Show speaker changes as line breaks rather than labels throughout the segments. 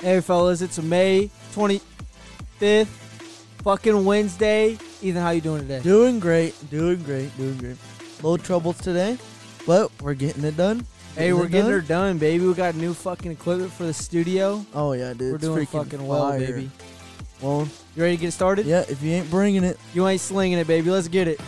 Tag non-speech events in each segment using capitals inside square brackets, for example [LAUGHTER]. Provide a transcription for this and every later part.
Hey, fellas, it's May 25th, fucking Wednesday. Ethan, how you doing today?
Doing great, doing great, doing great. Little troubles today, but we're getting it done.
hey, we're getting her done, baby. We got new fucking equipment for the studio.
Oh yeah, dude.
we're
it's
doing
freaking
fucking well,
fire.
baby.
Well,
You ready to get started?
yeah. If you ain't bringing it,
You ain't slinging it, baby. Let's get it.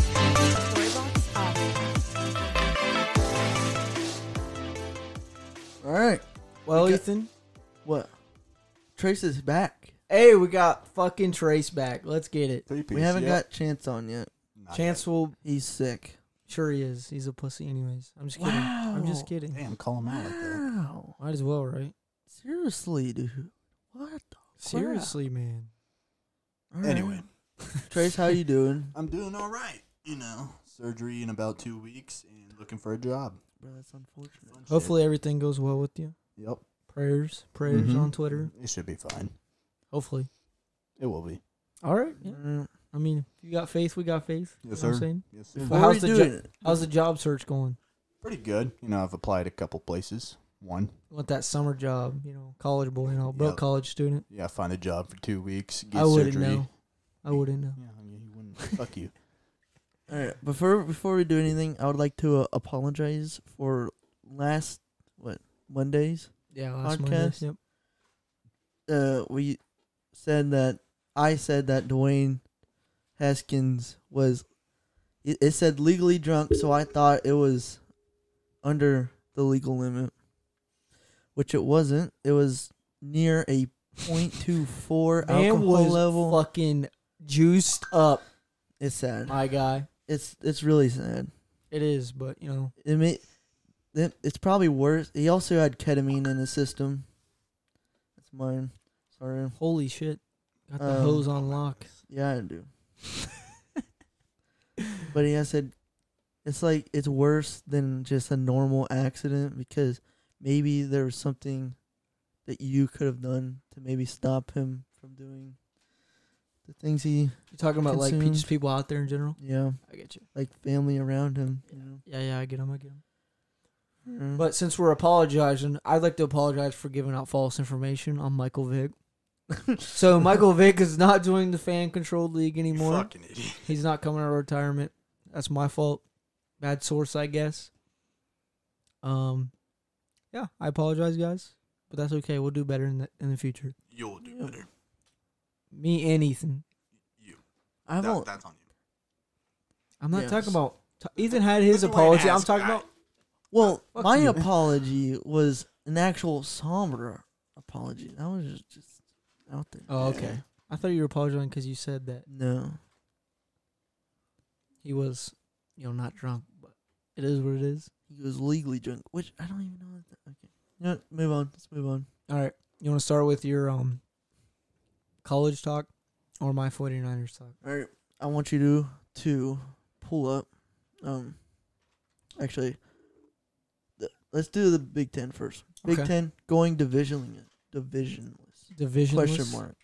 Storybox off.
all right.
Well,
Okay.
Ethan.
What? Trace is back.
Hey, we got fucking Trace back. Let's get it.
we haven't got Chance on yet.
got
Chance will
He's sick.
sure he is. He's a pussy, anyways. I'm just kidding. I'm just
Wow.
kidding.
Damn, Ah. call him out like that.
Wow.
Might as well, right?
Seriously, dude. What? The
Seriously, man.
All right.
Anyway,
Trace, how you doing?
I'm doing all right. You know, surgery in about two weeks and looking for a job.
Bro, that's unfortunate.
Fun shit.
Hopefully, everything goes well with you.
Yep.
Prayers, prayers
Mm-hmm.
Mhm.
on Twitter.
It should be fine.
Hopefully.
It will be.
All right. yeah.
Mm.
I mean, if you got faith, we got faith. you
Yes,
know what I'm
sir.
saying?
Yes, sir.
Before
how's
we
the
do
jo-
it?
How's the job search going?
Pretty good. You know, I've applied a couple places. One,
You want that summer job, you know, college boy and all, broke
Yep.
college student.
yeah, find a job for two weeks. Get
I wouldn't
surgery.
know. I wouldn't know.
Yeah, I mean, you wouldn't. Fuck you.
All right. Before before we do anything, I would like to uh, apologize for last what Mondays.
Yeah, last
Podcast?
Monday. Yep.
Uh, we said that I said that Dwayne Haskins was. It, it said legally drunk, so I thought it was under the legal limit, which it wasn't. It was near a .24
Man
alcohol
was
level.
fucking juiced up,
it's sad.
my guy.
It's it's really sad.
It is, but you know,
It may, it, it's probably worse. He also had ketamine in his system. That's mine. Sorry.
holy shit, got the
Um,
hose on lock.
Yeah, I do. but he has said it's like it's worse than just a normal accident because maybe there was something that you could have done to maybe stop him from doing the things he,
You talking about like pe-
consumed.
just people out there in general?
you know,
I get you.
like family around him. You know?
Yeah, yeah, I get him. I get him.
Mm-hmm.
Mm.
But since we're apologizing, I'd like to apologize for giving out false information on Michael Vick. [LAUGHS] so Michael Vick is not joining the fan controlled league [LAUGHS] anymore.
fucking idiot.
He's not coming out of retirement. That's my fault. Bad source, I guess. Um, yeah, I apologize, guys, but that's okay. We'll do better in the in the future.
You'll do
Yeah.
better.
Me and Ethan.
You.
I
That-
won't.
that's on you.
I'm not
Yes.
talking about. t- Ethan had his
Look at
apology.
Wayne
I'm
ass
talking
guy.
about.
Well,
[LAUGHS] Fuck
my
you.
apology was an actual somber apology. That was just, just out there.
Oh, okay. I thought you were apologizing because you said that
No.
he was, you know, not drunk. But it is what it is.
He was legally drunk, which I don't even know. What that, okay. You know, what? move on. Let's move on.
All right. You want to start with your um college talk or my 49ers talk?
All right. I want you to to pull up. Um, actually, th- let's do the Big Ten first. Big
Okay.
Ten going divisionless. Divisionless.
Division
Question mark.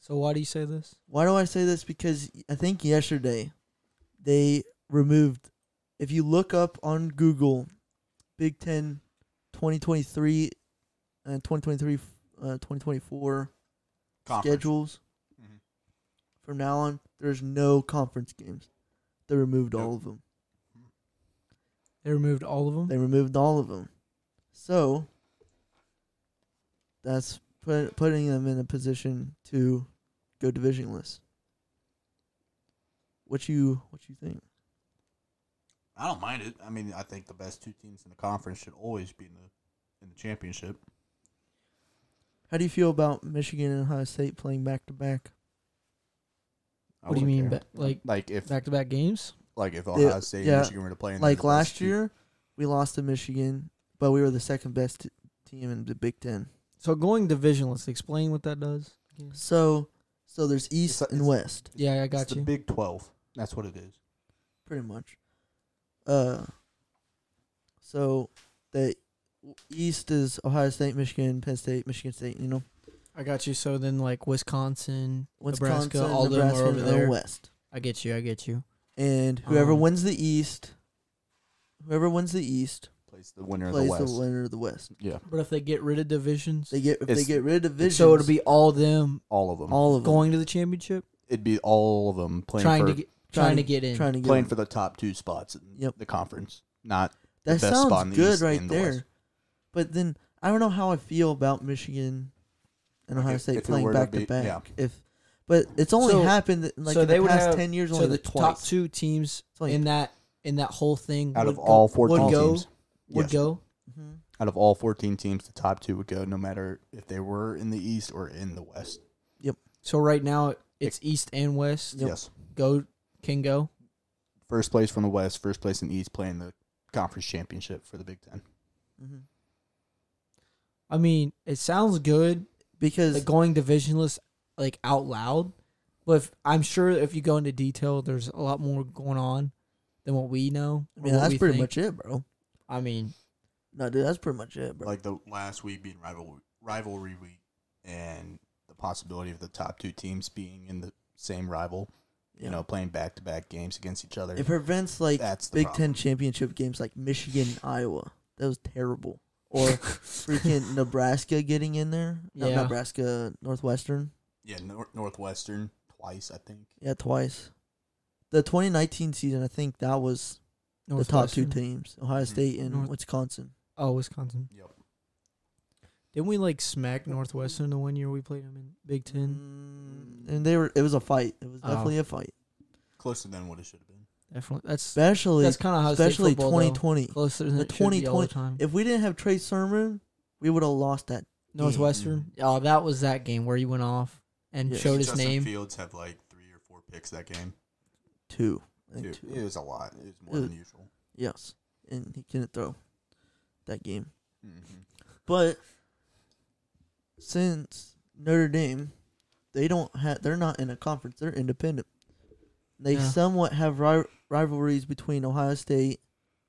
So why do you say this?
Why do I say this? Because I think yesterday they removed. If you look up on Google, Big Ten 2023 and 2023 uh, 2024
Conference.
schedules.
Mhm.
From now on, there's no conference games. They removed all
Nope.
of them.
They removed all of them.
They removed all of them. So that's put, putting them in a position to go divisionless. What you what you think?
I don't mind it. I mean, I think the best two teams in the conference should always be in the in the championship.
How do you feel about Michigan and Ohio State playing back to back?
I
what do you mean,
wouldn't care.
ba- like
Like if
back to back games?
like if Ohio State
yeah,
and Michigan were to play in
Like last year, we lost to Michigan, but we were the second best t- team in the Big Ten.
So going divisionless. Explain what that does.
So, so there's East
It's-
and
it's-
West.
Yeah, I got
it's
you.
the Big Twelve. That's what it is.
pretty much. Uh, so the East is Ohio State, Michigan, Penn State, Michigan State. You know,
I got you. So then, like Wisconsin,
Wisconsin,
Nebraska, all of them are
Nebraska,
over
and
there.
West.
I get you. I get you.
and whoever
Um,
wins the East, whoever wins the East
Plays the winner of the
plays
West.
the winner of the West.
yeah,
But if they get rid of divisions,
They get if they
It's-
get rid of divisions,
so it'll be all them
all of them.
all of them
going to the championship,
It'd be all of them playing
trying
for
to get trying to get in.
trying to get
playing
in.
for the top two spots in
Yep.
the conference, not the
That
best
sounds
spot in the
good
East
right
and the
there.
West.
But then I don't know how I feel about Michigan and Ohio
If-
State
if it
playing
were to
back to
be-
back.
yeah.
If but it's only
So-
happened in, like
so
in
they
the
would
past
have-
ten years
so
only
the
twice.
top two teams
It's only
in that in that whole thing
out
would
of
go-
all fourteen
would go,
teams.
would
Yes.
go.
Mhm.
Out of all fourteen teams, the top two would go, no matter if they were in the East or in the West.
So right now it's East and West.
Yep.
Yes,
Go can go.
first place from the West, first place in the East, playing the conference championship for the Big Ten.
Mm-hmm.
Mhm.
I mean, it sounds good
Because
like going divisionless like out loud, but if, I'm sure if you go into detail, there's a lot more going on than what we know.
I
or
mean
what
that's
we
pretty
think.
much it, bro.
I mean,
No, dude, that's pretty much it, bro.
Like the last week being rival rivalry week, and the possibility of the top two teams being in the same rival,
Yeah.
you know, playing back to back games against each other.
it prevents like
That's the
Big
problem.
Ten championship games like Michigan, Iowa. That was terrible.
[LAUGHS]
Or freaking Nebraska getting in there. No,
Yeah.
Nebraska, Northwestern.
Yeah, Nor- Northwestern twice, I think.
Yeah, twice. The 2019 season, I think that was the top two
Northwestern.
teams, Ohio
Mhm.
State and
Mm, North-
Wisconsin.
Oh, Wisconsin.
Yep.
Didn't we like smack Northwestern the one year we played them in Big Ten?
Mm, And they were. It was a fight. It was
Oh.
definitely a fight.
Closer than what it should have been.
Definitely. That's
Especially,
that's kind of how
especially
state football, though.
2020.
closer than
The
it should be all the
2020
time.
If we didn't have Trey Sermon, we would have lost that.
Northwestern. Oh, that was that game where he went off and
Mm. Yes.
showed his
Justin
name.
Fields had like three or four picks that game.
Two. I think
Dude,
two.
it was a lot. It was more
It-
than usual.
Yes, and he couldn't throw that game.
Mhm.
But since Notre Dame, they don't have they're not in a conference. They're independent. They
Yeah.
somewhat have ri- rivalries between Ohio State,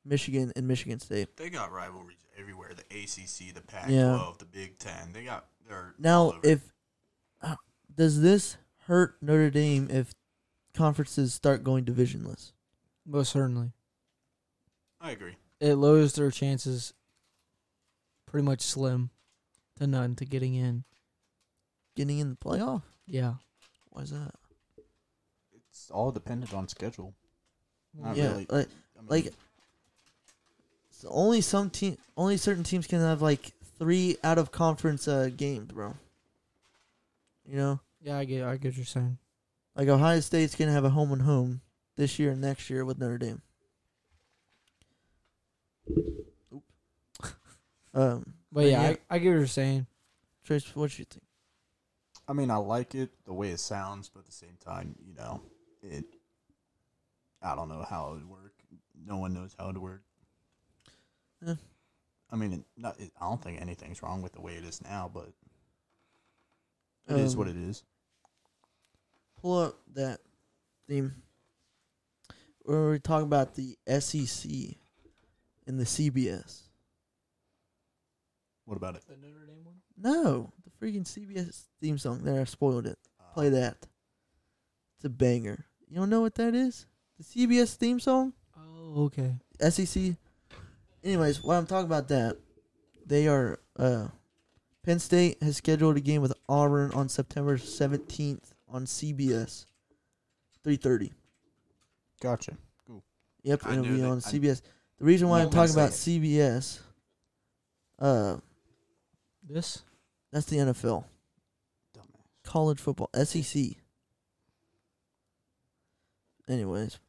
Michigan, and Michigan State.
They got rivalries everywhere. The ACC, the Pac-12,
Yeah.
the Big Ten. They got their
Now, if uh, does this hurt Notre Dame if conferences start going divisionless?
Most certainly,
I agree.
it lowers their chances. Pretty much slim to none to getting in.
Getting in the playoff?
Yeah.
Why is that?
It's all dependent on schedule. Not
yeah,
really.
like
I mean,
like so only some team, only certain teams can have like three out of conference uh, games, bro. You know,
Yeah, I get. I get what you're saying.
like Ohio State's gonna have a home and home this year and next year with Notre Dame. Oop. [LAUGHS] um,
But
But
yeah,
yeah.
I, I get what you're saying.
Trace, what you think?
I mean, I like it the way it sounds, but at the same time, you know, it. I don't know how it would work. No one knows how it would work.
Yeah.
I mean, it, not, it, I don't think anything's wrong with the way it is now, but it is what
Um,
it is.
Pull up that theme where we talk about the SEC and the CBS.
What about it?
The Notre Dame one.
No, the freaking CBS theme song. There, I spoiled it.
Uh,
Play that. It's a banger. You don't know what that is? The CBS theme song?
Oh, okay.
SEC? Anyways, while I'm talking about that, they are. Uh, Penn State has scheduled a game with Auburn on September 17th on CBS. 3.30.
Gotcha.
Yep,
I
and it'll
knew
be
that-
on
I-
CBS. The reason why
No,
I'm talking
Penn
about CBS, uh,
This.
that's the NFL.
Dumbass.
college football, E SEC. Anyways,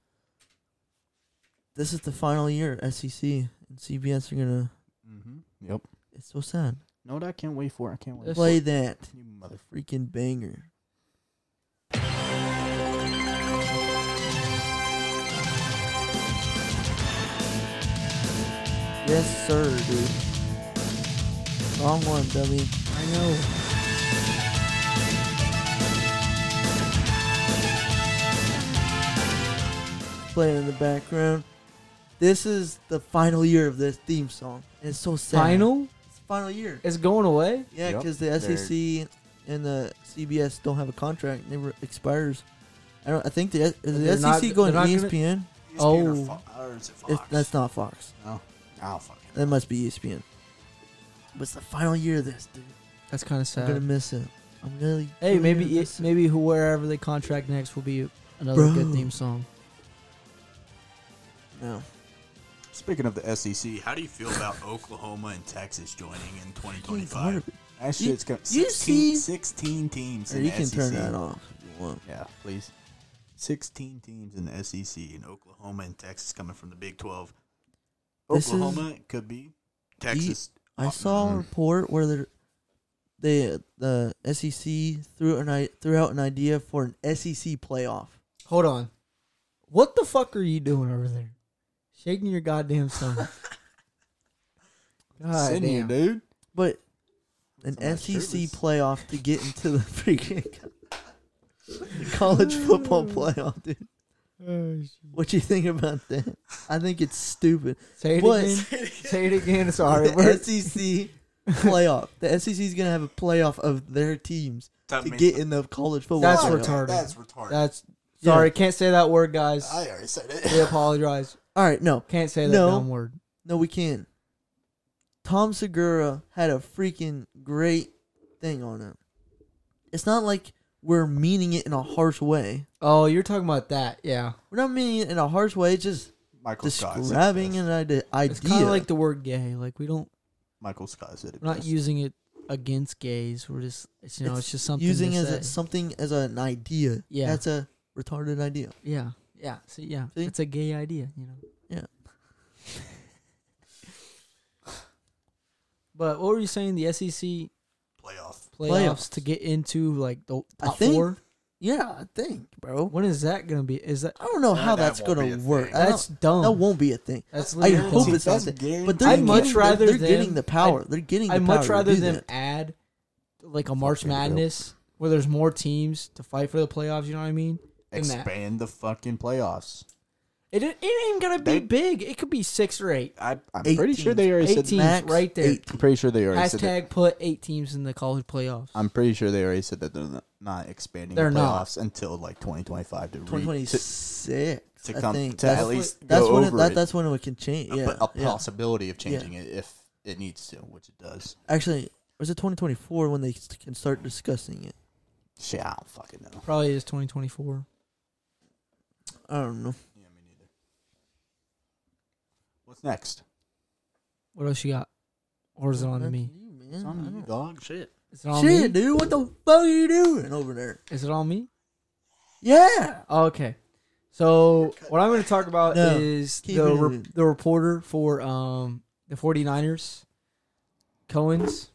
this is the final year SEC and CBS are gonna.
Mm-hmm. Yep.
It's so sad.
Know what I can't wait for? I can't wait.
This-
for
Play that
You mother.
freaking banger. Yes, sir, dude. Wrong one, dummy.
I know.
playing in the background. This is the final year of this theme song. And it's so sad.
Final
It's the final year.
is going away.
Yeah,
Yep.
because the SEC and the CBS don't have a contract. Never expires. I don't. I think the, is
They're
the SEC
not-
going
they're
to E
not gonna-
ESPN.
Oh.
ESPN or, Fo- or is it Fox?
It's, that's not Fox.
No, I don't fucking.
That must be E ESPN. But it's the final year of this, dude.
That's kind of sad.
I'm gonna miss it. I'm really.
hey,
really
maybe E
gonna
it,
miss it.
maybe who wherever they contract next will be another good
Bro.
theme song.
No.
Speaking of the SEC, how do you feel about Oklahoma and Texas joining in 2025?
Or
That
You-
shit's got
you
16,
see-
16 teams. in
you
the
can turn
SEC.
that off. If you want.
Yeah, please. 16 teams in the SEC, and Oklahoma and Texas coming from the Big 12.
This is-
Oklahoma could be Texas.
I
Oh,
saw a
mhm.
report where the the the SEC threw an i threw out an idea for an SEC playoff.
Hold on. What the fuck are you doing over there? Shaking your goddamn son. [LAUGHS] God
Send you,
damn.
dude.
But an E
Somebody's
SEC
shirtless.
playoff to get into the [LAUGHS] freaking
[LAUGHS]
college football playoff, dude.
Oh, shit.
What you think about that? I think it's stupid.
Say it
What?
again. Say it again.
[LAUGHS]
Sorry,
the
bro.
SEC [LAUGHS] playoff. The SEC is gonna have a playoff of their teams
That
to
means-
get in the college football.
That's
playoff.
retarded.
That's retarded.
That's
Yeah.
sorry. Can't say that word, guys.
I already said
we
it.
apologize.
All right, no,
Can't say that
No.
dumb word.
No, we can. Tom Segura had a freaking great thing on him. It's not like we're meaning it in a harsh way.
Oh, you're talking about that? Yeah.
We're not meaning it in a harsh way. It's just
[LAUGHS] Michael Scott. said
describing
best.
an ide- idea.
It's kind of like the word "gay." Like we don't.
Michael Scott said it.
We're not
best.
using it against gays. We're just. It's, you know. It's, just something.
using
to
as
say.
a, something as an idea.
Yeah.
that's a retarded idea.
yeah. Yeah. See. Yeah.
See?
It's a gay idea. You know.
Yeah.
[LAUGHS] But what were you saying? The SEC playoffs,
playoff.
Playoffs.
to get into like the
I
top
think-
four.
Yeah, I think, bro.
When is that gonna be? Is that
I don't know
Yeah,
how
that
that's
won't be
gonna
a
work.
thing.
I don't-
that's dumb.
that won't be a thing.
That's
I
literally
hope
dumb.
it's not.
guaranteed.
But they're
I'd much
getting-
rather
they're
them-
getting the power. they're getting. The
I'd much
power to
rather
do
them
that.
add like a
Fuck
March
you, bro.
Madness where there's more teams to fight for the playoffs. You know what I mean? in that.
Expand the fucking playoffs.
It it ain't gonna be
They-
big. It could be six or eight.
I, I'm
Eight
pretty sure
teams.
they already
Eight
said.
teams
Max
right there.
eight.
I'm pretty sure they already said. That.
Hashtag put eight teams in the college playoffs.
I'm pretty sure they already said that they're not- not expanding
They're
the
not.
playoffs until like 2025 to re- to-
2026.
to
I
come-
think.
to
that's
at
when-
least
that's
go
when
over
it, that,
it.
that's when it can change.
a-
Yeah,
a
yeah.
possibility of changing it if it needs to, which it does.
Actually, was it 2024 when they s- can start discussing it?
Shit, I don't fucking know.
Probably is 2024.
I don't know.
Yeah, me neither. What's next?
What else you got? Or is it on to me?
You, man.
It's on
I
you,
don't-
dog. Shit.
Is it on
Shit,
me?
dude, what the fuck are you doing over there?
Is it on me?
Yeah,
Oh, Okay. So what I'm going to talk about
No.
is
Keep
the
it
re-
in.
the reporter for um the 49ers, Cohen's.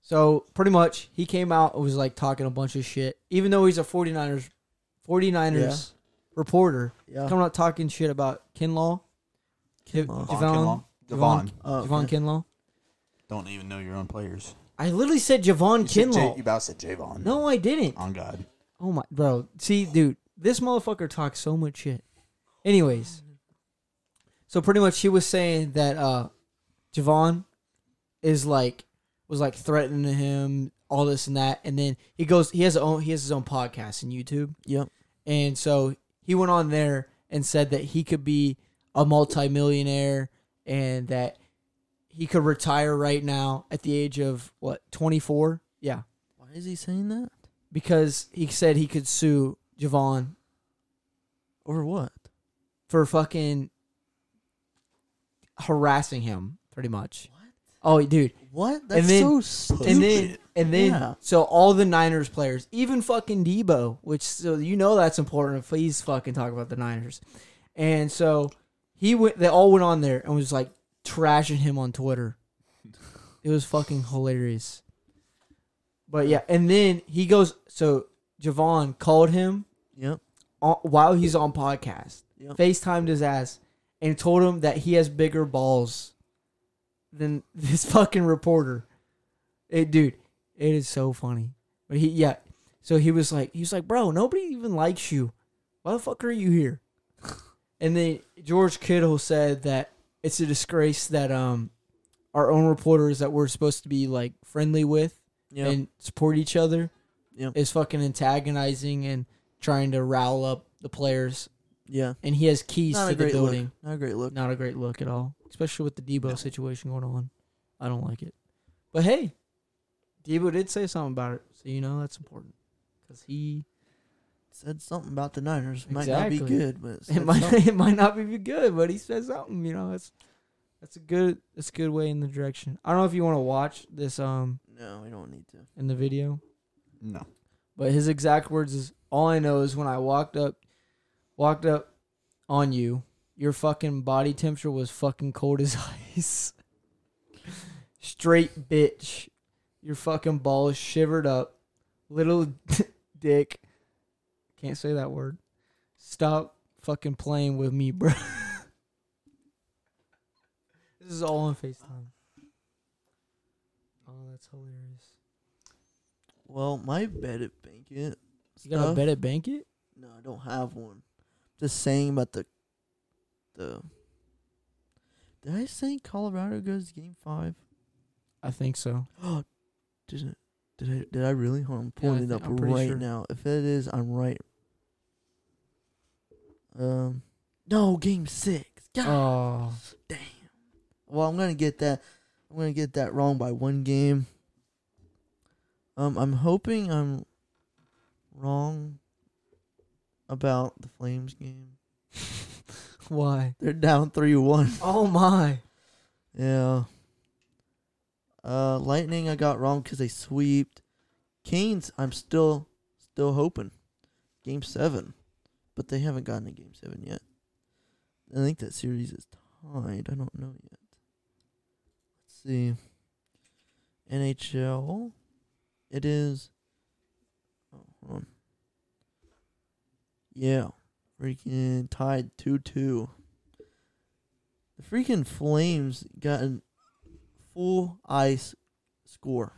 So pretty much he came out and was like talking a bunch of shit. Even though he's a 49ers 49ers reporter,
yeah. Uh.
coming out talking shit about Kinlaw, Dev-
Kinlaw.
Devon.
Devon,
Kinlaw. Devon.
Oh,
Javon
okay.
Kinlaw.
Don't even know your own players.
I literally said Javon
You, said J-
Kinlaw.
you about to say Javon.
no, I didn't.
On God.
Oh my bro. See, dude, this motherfucker talks so much shit. Anyways. So pretty much he was saying that uh Javon is like was like threatening him, all this and that, and then he goes he has his own he has his own podcast in YouTube.
Yep.
And so he went on there and said that he could be a multimillionaire and that he could retire right now at the age of what, twenty four? Yeah
Why is he saying that?
because he said he could sue Javon
Over what?
for fucking harassing him, pretty much. Oh, dude,
What? That's
then-
so stupid.
and then and then
Yeah.
so all the Niners players, even fucking Debo, which so you know that's important. Please fucking talk about the Niners. And so he went. They all went on there and was like trashing him on Twitter. It was fucking hilarious. But yeah, and then he goes. So Javon called him
yep.
on, while he's on podcast,
Yep.
FaceTimed his ass and told him that he has bigger balls than [LAUGHS] this fucking reporter. It, dude, it is so funny. But he, yeah. So he was like, he was like, bro, nobody even likes you. Why the fuck are you here? [LAUGHS] And then George Kittle said that it's a disgrace that um our own reporters that we're supposed to be like friendly with
Yep.
and support each other
Yep.
is fucking antagonizing and trying to rile up the players,
Yeah.
and he has keys to
Not a
the
great look.
building.
Not a great look.
Not a great look at all, especially with the Debo
No.
situation going on. I don't like it. But hey, Debo did say something about it, so you know that's important because he
Said something about the Niners. Might not be
Exactly.
good, but
it
said
might [LAUGHS]
something.
it might not be good, but he said something. You know, that's that's a good that's a good way in the direction. I don't know if you want to watch this um
No, we don't need to.
in the video.
No.
But his exact words is all I know is when I walked up walked up on you, your fucking body temperature was fucking cold as [LAUGHS] ice. Straight bitch. Your fucking balls shivered up. Little [LAUGHS] dick. Can't say that word. Stop fucking playing with me, bro. [LAUGHS] this is all on FaceTime. Oh, that's hilarious.
Well, my bed at Bankit.
You got a
stuff-
bet at bank it?
No, I don't have one. Just saying about the the. Did I say Colorado goes to game five? [GASPS]
I think so.
Oh, did it? Did I? Did I really? Hold on, I'm pulling
I
it
think-
up
I'm pretty
right
sure.
now. If it is, I'm right. Um, no, game six. God
Oh, [LAUGHS]
damn. Well, I'm gonna get that. I'm gonna get that wrong by one game. Um, I'm hoping I'm wrong about the Flames game.
why?
They're down three one.
Oh my!
Yeah. Uh, Lightning, I got wrong because they sweeped. Canes, I'm still still hoping. Game seven, but they haven't gotten to game seven yet. I think that series is tied. I don't know yet. Let's see. NHL. It is. Oh, hold on. Yeah, freaking tied two two. The freaking Flames got a full ice score.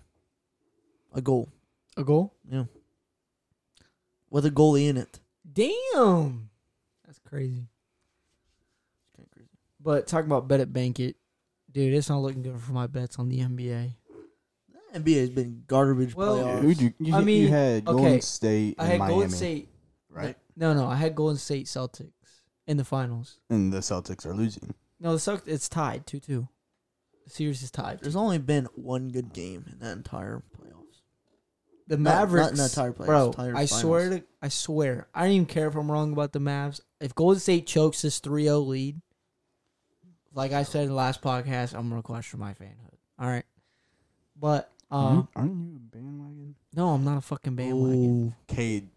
A goal.
A goal?
Yeah. With a goalie in it.
Damn, that's crazy.
It's kind of crazy.
But talking about bet at bank it, dude, it's not looking good for my bets on the NBA.
The NBA has been garbage
Well-
playoffs.
Who'd you, you,
I
you
mean,
had
okay,
Golden State
I
and
had
Miami,
Golden State.
right?
No, no, I had Golden State Celtics in the finals.
And the Celtics are losing.
No, the Celtics. It's tied two two. The series is tied.
There's only been one good game in that entire playoffs.
The
Not- not in
Mavericks,
the entire playoffs,
bro.
entire
I
finals.
swear to, I swear, I don't even care if I'm wrong about the Mavs. If Golden State chokes this 3-0 lead, like I said in the last podcast, I'm gonna question my fanhood. All right, but um,
Aren't- Aren't you a bandwagon?
no, I'm not a fucking bandwagon.
Mm-hmm. Ooh.
Cade,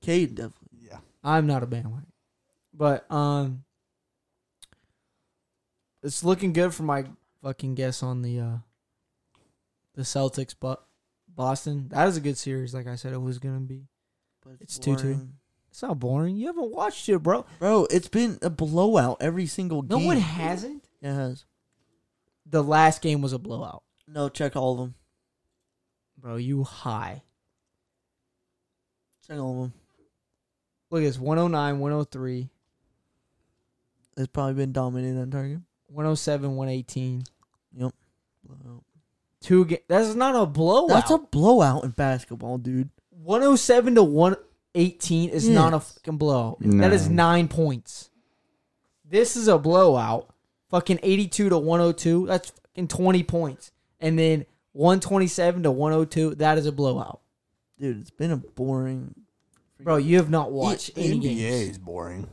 Cade definitely.
yeah.
I'm not a bandwagon. But um, it's looking good for my fucking guess on the uh, the Celtics, but Boston. That is a good series, like I said, it was gonna be.
But
It's 2-2.
boring.
It's not boring. You haven't watched it, bro.
Bro, it's been a blowout every single
No
game.
one hasn't.
It has.
The last game was a blowout,
No, check all of them.
bro. You high.
Check all of them.
Look, it's 109, 103,
It's probably been dominated that entire game.
107, 118.
Blowout.
Two ga- That's not a blowout.
That's a blowout in basketball, dude.
107 to 118 is not a
Yes.
fucking blowout. That is
Nine.
nine points. This is a blowout. Fucking 82 to 102. That's fucking 20 points. And then 127 to 102. That is a blowout.
Dude, it's been a boring.
Bro, you have
E-
not watched
the
any
NBA
games.
is boring.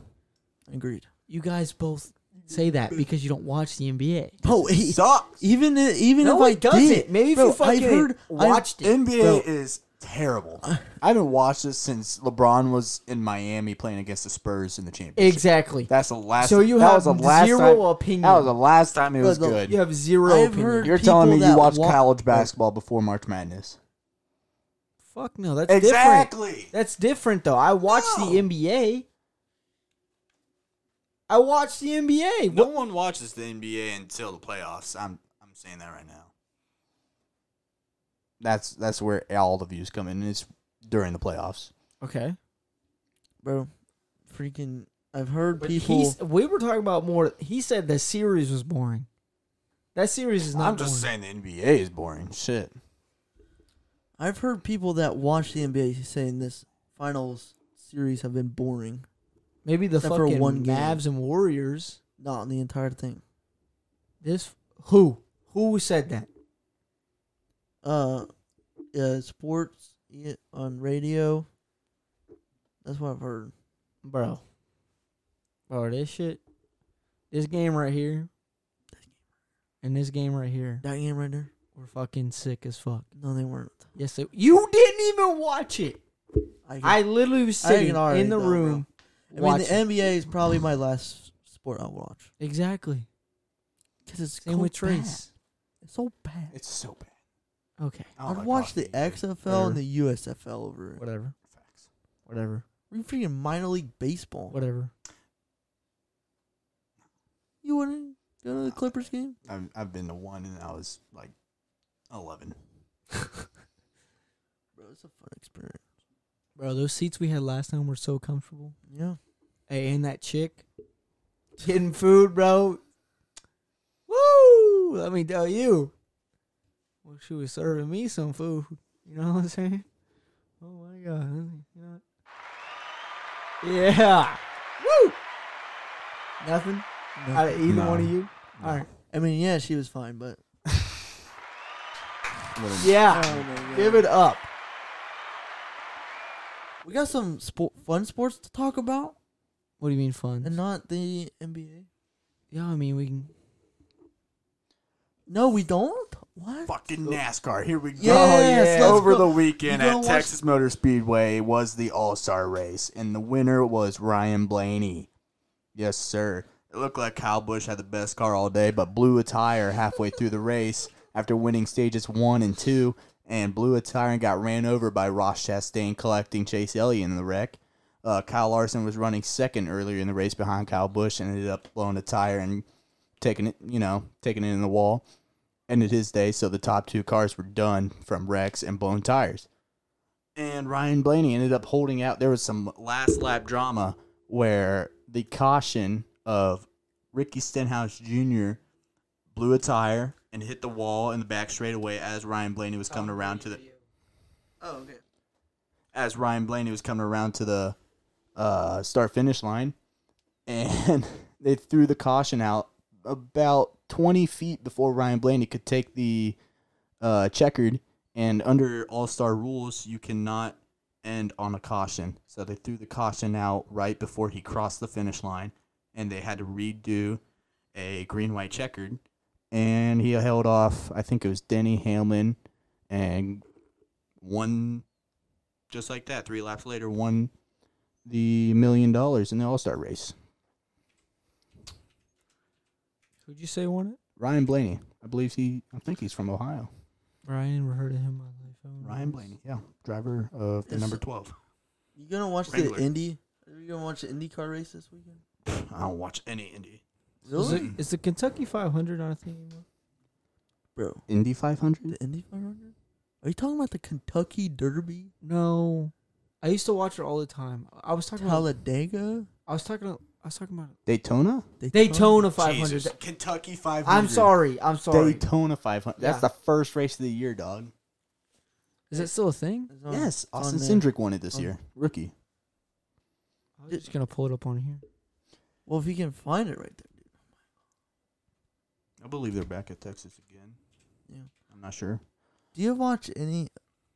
Agreed.
You guys both say that because you don't watch the NBA.
Oh,
It sucks.
Even i- even
No,
if I
it doesn't.
did,
Maybe if
bro,
you fucking
I've heard,
watched it.
NBA
Bro.
is terrible.
Uh.
I haven't watched this since LeBron was in Miami playing against the Spurs in the championship.
Exactly.
That's the last.
So you
that
have
was the last
zero
time,
opinion.
That was the last time it was
the-
good.
you have 0
I've
opinion.
heard-
You're telling me
people
you
that
watched
wa-
college basketball before March Madness?
Fuck no, that's different.
Exactly.
That's different though. I watch
No.
the NBA. I watch the NBA.
No
What-
one watches the NBA until the playoffs. I'm I'm saying that right now. That's that's where all the views come in. It's during the playoffs.
Okay.
bro. Freaking, I've heard
But
people.
he's, we were talking about more. He said the series was boring. That series is not.
I'm just
boring.
saying the NBA is boring. Shit.
I've heard people that watch the NBA saying this finals series have been boring.
Maybe the
Except for
fucking
one game.
Mavs and Warriors.
Not in the entire thing.
This who who said that?
Uh, yeah, sports yeah, on radio. That's what I've heard.
bro. Bro, this shit, this game right here, and this game right here,
That game right there?
were fucking sick as fuck.
No, they weren't.
Yes, they, you didn't even watch it.
I,
I literally was
I can
sitting
already
in the
tell, bro.
room.
I mean, the
watching.
NBA is probably my last sport I'll watch
exactly.
because it's
Same
so
with
bad.
Trace.
It's so bad.
It's so bad.
Okay,
I don't
I'd
like
watch the
hockey either.
XFL and
Er.
the USFL over it.
whatever,
Facts.
whatever,
We freaking minor league baseball.
whatever.
You wouldn't go to the Clippers game?
I've, I've been to one and I was like 11.
Bro, it's a fun experience.
Bro, those seats we had last time were so comfortable.
Yeah.
Hey, and that chick getting food, bro. Woo! Let me tell you. Well, she was serving me some food. You know what I'm saying? Oh my god! You know what? Yeah. Woo! Nothing
No.
out of either
No.
one of you. All right.
I mean, yeah, she was fine, but
Little-
Yeah.
Um,
Give it up.
we got some sport, fun sports to talk about,
What do you mean fun?
and not the NBA.
yeah, I mean we can.
No, we don't. What?
Fucking NASCAR. Here we go.
Yes, let's
Over
go.
the weekend
You
at
gonna watch-
Texas Motor Speedway was the All Star race, and the winner was Ryan Blaney. Yes, sir. It looked like Kyle Busch had the best car all day, but blew a tire halfway through the race after winning stages one and two, and blew a tire and got ran over by Ross Chastain collecting Chase Elliott in the wreck. Uh, Kyle Larson was running second earlier in the race behind Kyle Busch and ended up blowing a tire and taking it, you know, taking it in the wall ended his day, so the top two cars were done from wrecks and blown tires. And Ryan Blaney ended up holding out. There was some last lap drama where the caution of Ricky Stenhouse Jr. blew a tire and hit the wall in the back straightaway as Ryan Blaney was coming around to the
Oh, okay.
as Ryan Blaney was coming around to the uh, start finish line, and [LAUGHS] they threw the caution out about 20 feet before Ryan Blaney could take the uh, checkered. And under All Star rules, you cannot end on a caution. So they threw the caution out right before he crossed the finish line, and they had to redo a green white checkered. And he held off, I think it was Denny Hamlin, and one just like that, three laps later, won the million dollars in the All Star race.
Who'd you say won it?
Ryan Blaney, I believe he, I think he's from Ohio.
Ryan never heard of him in my life. I don't know
Ryan
who he is.
Blaney, yeah, driver of the
Is-
number twelve.
You gonna watch
Wrangler.
the Indy? Are you gonna watch the IndyCar race this weekend?
I don't watch any Indy.
Is,
Really,
it, is the Kentucky 500 on a thing anymore?
bro?
Indy five hundred.
The Indy 500? Are you talking about the Kentucky Derby,
No, I used to watch it all the time. I was talking about.
Talladega,
I was talking. About, I was talking about
Daytona.
Daytona 500.
Kentucky five
I'm sorry. I'm sorry.
Daytona five hundred. That's
Yeah.
the first race of the year, dog.
Is that still a thing?
It's on-
yes,
it's on
Austin
there.
Cindric won it this
on-
year, rookie.
I was just gonna pull it up on here.
Well, if you can find it right there.
I believe they're back at Texas again.
Yeah.
I'm not sure.
Do you watch any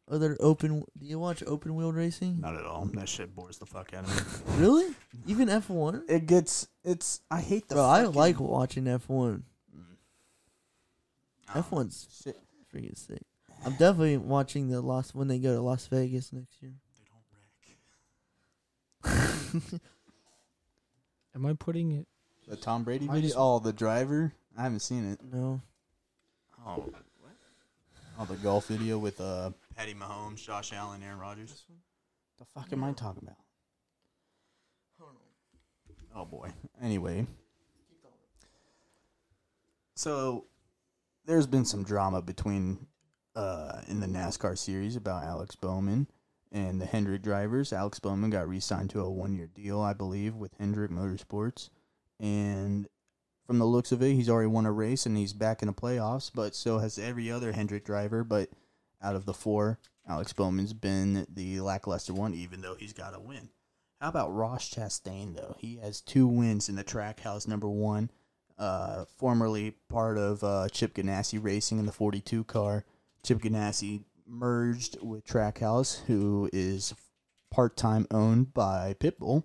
other open? Do you watch open wheel racing?
Not at all. That shit bores the fuck out of me. [LAUGHS]
Really? Even F one?
it gets. It's. I hate the.
Bro, I
fucking-
like watching F one.
Mm. I don't
F
know.
one's
Shit.
freaking sick. I'm definitely watching the Las when they go to Las Vegas next year.
Am I putting it?
The Tom Brady
I
video?
just-
oh, the driver? I haven't seen it.
No,
Oh, what? Oh, the golf video with uh Patty Mahomes, Josh Allen, Aaron Rodgers. The fuck am I talking about? Oh boy. Anyway. So there's been some drama between uh in the NASCAR series about Alex Bowman and the Hendrick drivers. Alex Bowman got re-signed to a one-year deal, I believe, with Hendrick Motorsports. And from the looks of it, he's already won a race and he's back in the playoffs, but so has every other Hendrick driver, but out of the four, Alex Bowman's been the lackluster one, even though he's got a win. How about Ross Chastain though? He has two wins in the track house number one. Uh, formerly part of uh, Chip Ganassi Racing in the 42 car. Chip Ganassi merged with Trackhouse, who is part time owned by Pitbull.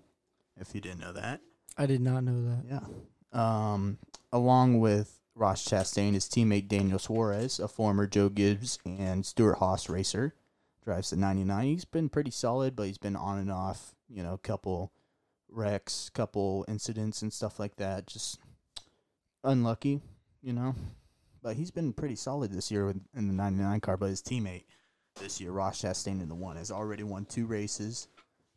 If you didn't know that,
I did not know that.
yeah. Um, along with Ross Chastain, his teammate Daniel Suarez, a former Joe Gibbs and Stuart Haas racer, drives the 99. He's been pretty solid, but he's been on and off, you know, couple wrecks, couple incidents and stuff like that. Just unlucky, you know. But he's been pretty solid this year with, in the 99 car, but his teammate this year, Ross Chastain in the one, has already won two races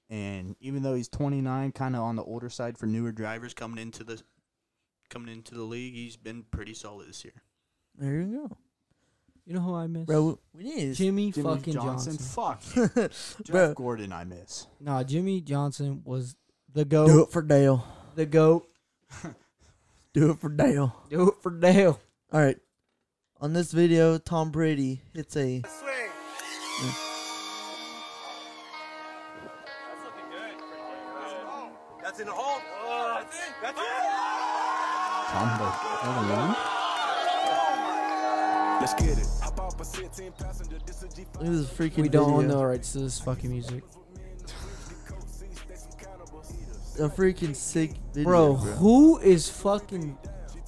and even though he's 29 kind of on the older side for newer drivers coming into the coming into the league he's been pretty solid this year
There you go,
You know who I miss?
bro. We need to
Jimmy, fucking Johnson.
[LAUGHS] fuck Jeff
[LAUGHS] Bro.
Gordon I miss
Nah, Jimmy Johnson was the goat.
do it for Dale.
The goat.
Do it for Dale.
Do it for Dale.
All right. On this video, Tom Brady hits a.
That's in the hole. that's it. That's
Tom Brady number one
Let's get it. Hop off a 16 passenger. This is G5.
Look at this freaking.
We don't own
video.
the rights to this fucking music.
A freaking sick video,
Bro, who is fucking.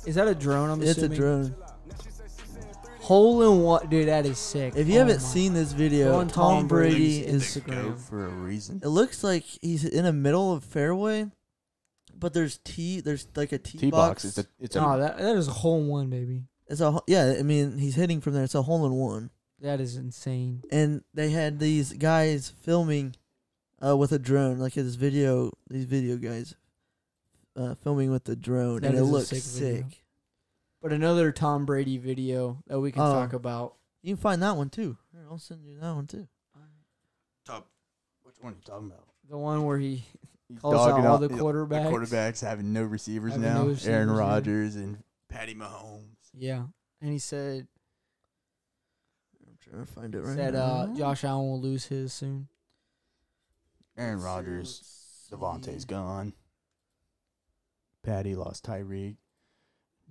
Is that a drone? I'm
It's a
assuming?
drone.
Hole in one. Dude, that is sick.
If you
Oh
haven't
my-
seen this video,
Go on
Tom,
Tom
Brady
Brady's
is.
Instagram.
Go for a reason
It looks like he's in the middle of fairway, but there's tee. There's like a tee box.
it's a it's a
Nah, that, that is a hole in one, baby.
It's a ho- yeah. I mean, he's hitting from there. It's a hole in one.
That is insane.
and they had these guys filming uh, with a drone, like this video, these video guys uh, filming with the drone,
That
and it
is a
looks
sick
sick.
video. But another Tom Brady video that we can
Oh.
talk about.
You can find that one too. Here, I'll send you that one too.
top which one are you talking about
The one where he
He's
calls out
dogging
Oh, all
out
the quarterbacks.
quarterbacks having no receivers
Having
now
no
Aaron
receivers, yeah.
Rodgers and Patty Mahomes
Yeah. And he said
I'm trying to find it right
said
now.
uh, Josh Allen will lose his soon.
Aaron Rodgers
Mm.
Devontae's gone Patty lost Tyreek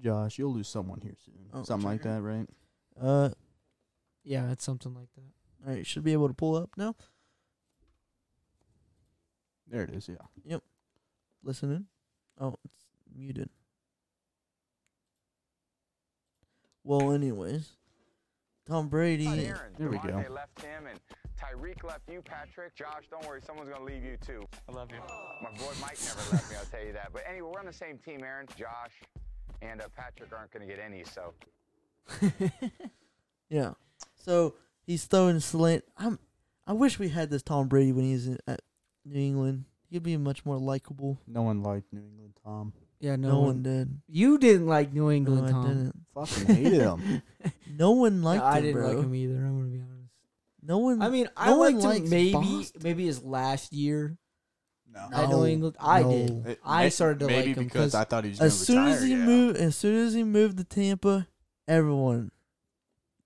Josh you'll lose someone here soon
Oh,
something like
trigger.
that right
Uh, all
Yeah, it's something like that.
right, should be able to pull up now.
there it is yeah
Listen in. Oh, it's muted. Well, anyways, Tom Brady.
There we go.
Devontae left him and Tyreek left you, Patrick. Josh, don't worry, someone's gonna leave you too. I love you. My boy Mike never left me, I'll tell you that. But anyway, we're on the same team, Aaron. Josh and uh, Patrick aren't gonna get any, so
Yeah. So he's throwing slant. I'm. I wish we had this Tom Brady when he was in, at New England. He'd be much more likable.
No one liked New England Tom.
Yeah, no,
No,
one.
one did.
You didn't like New England,
No,
Tom.
I didn't.
Fucking hated him.
No one liked
Yeah, I
him,
didn't
bro.
like him either. I'm gonna be honest.
No one.
I mean, I
No one
liked him
likes
maybe
Boston.
maybe his last year
No.
at New
No,
England. I
no.
did.
It-
I
may-
started to
maybe
like him
because I thought he was gonna
as soon
retire,
as he
yeah.
moved, as soon as he moved to Tampa, everyone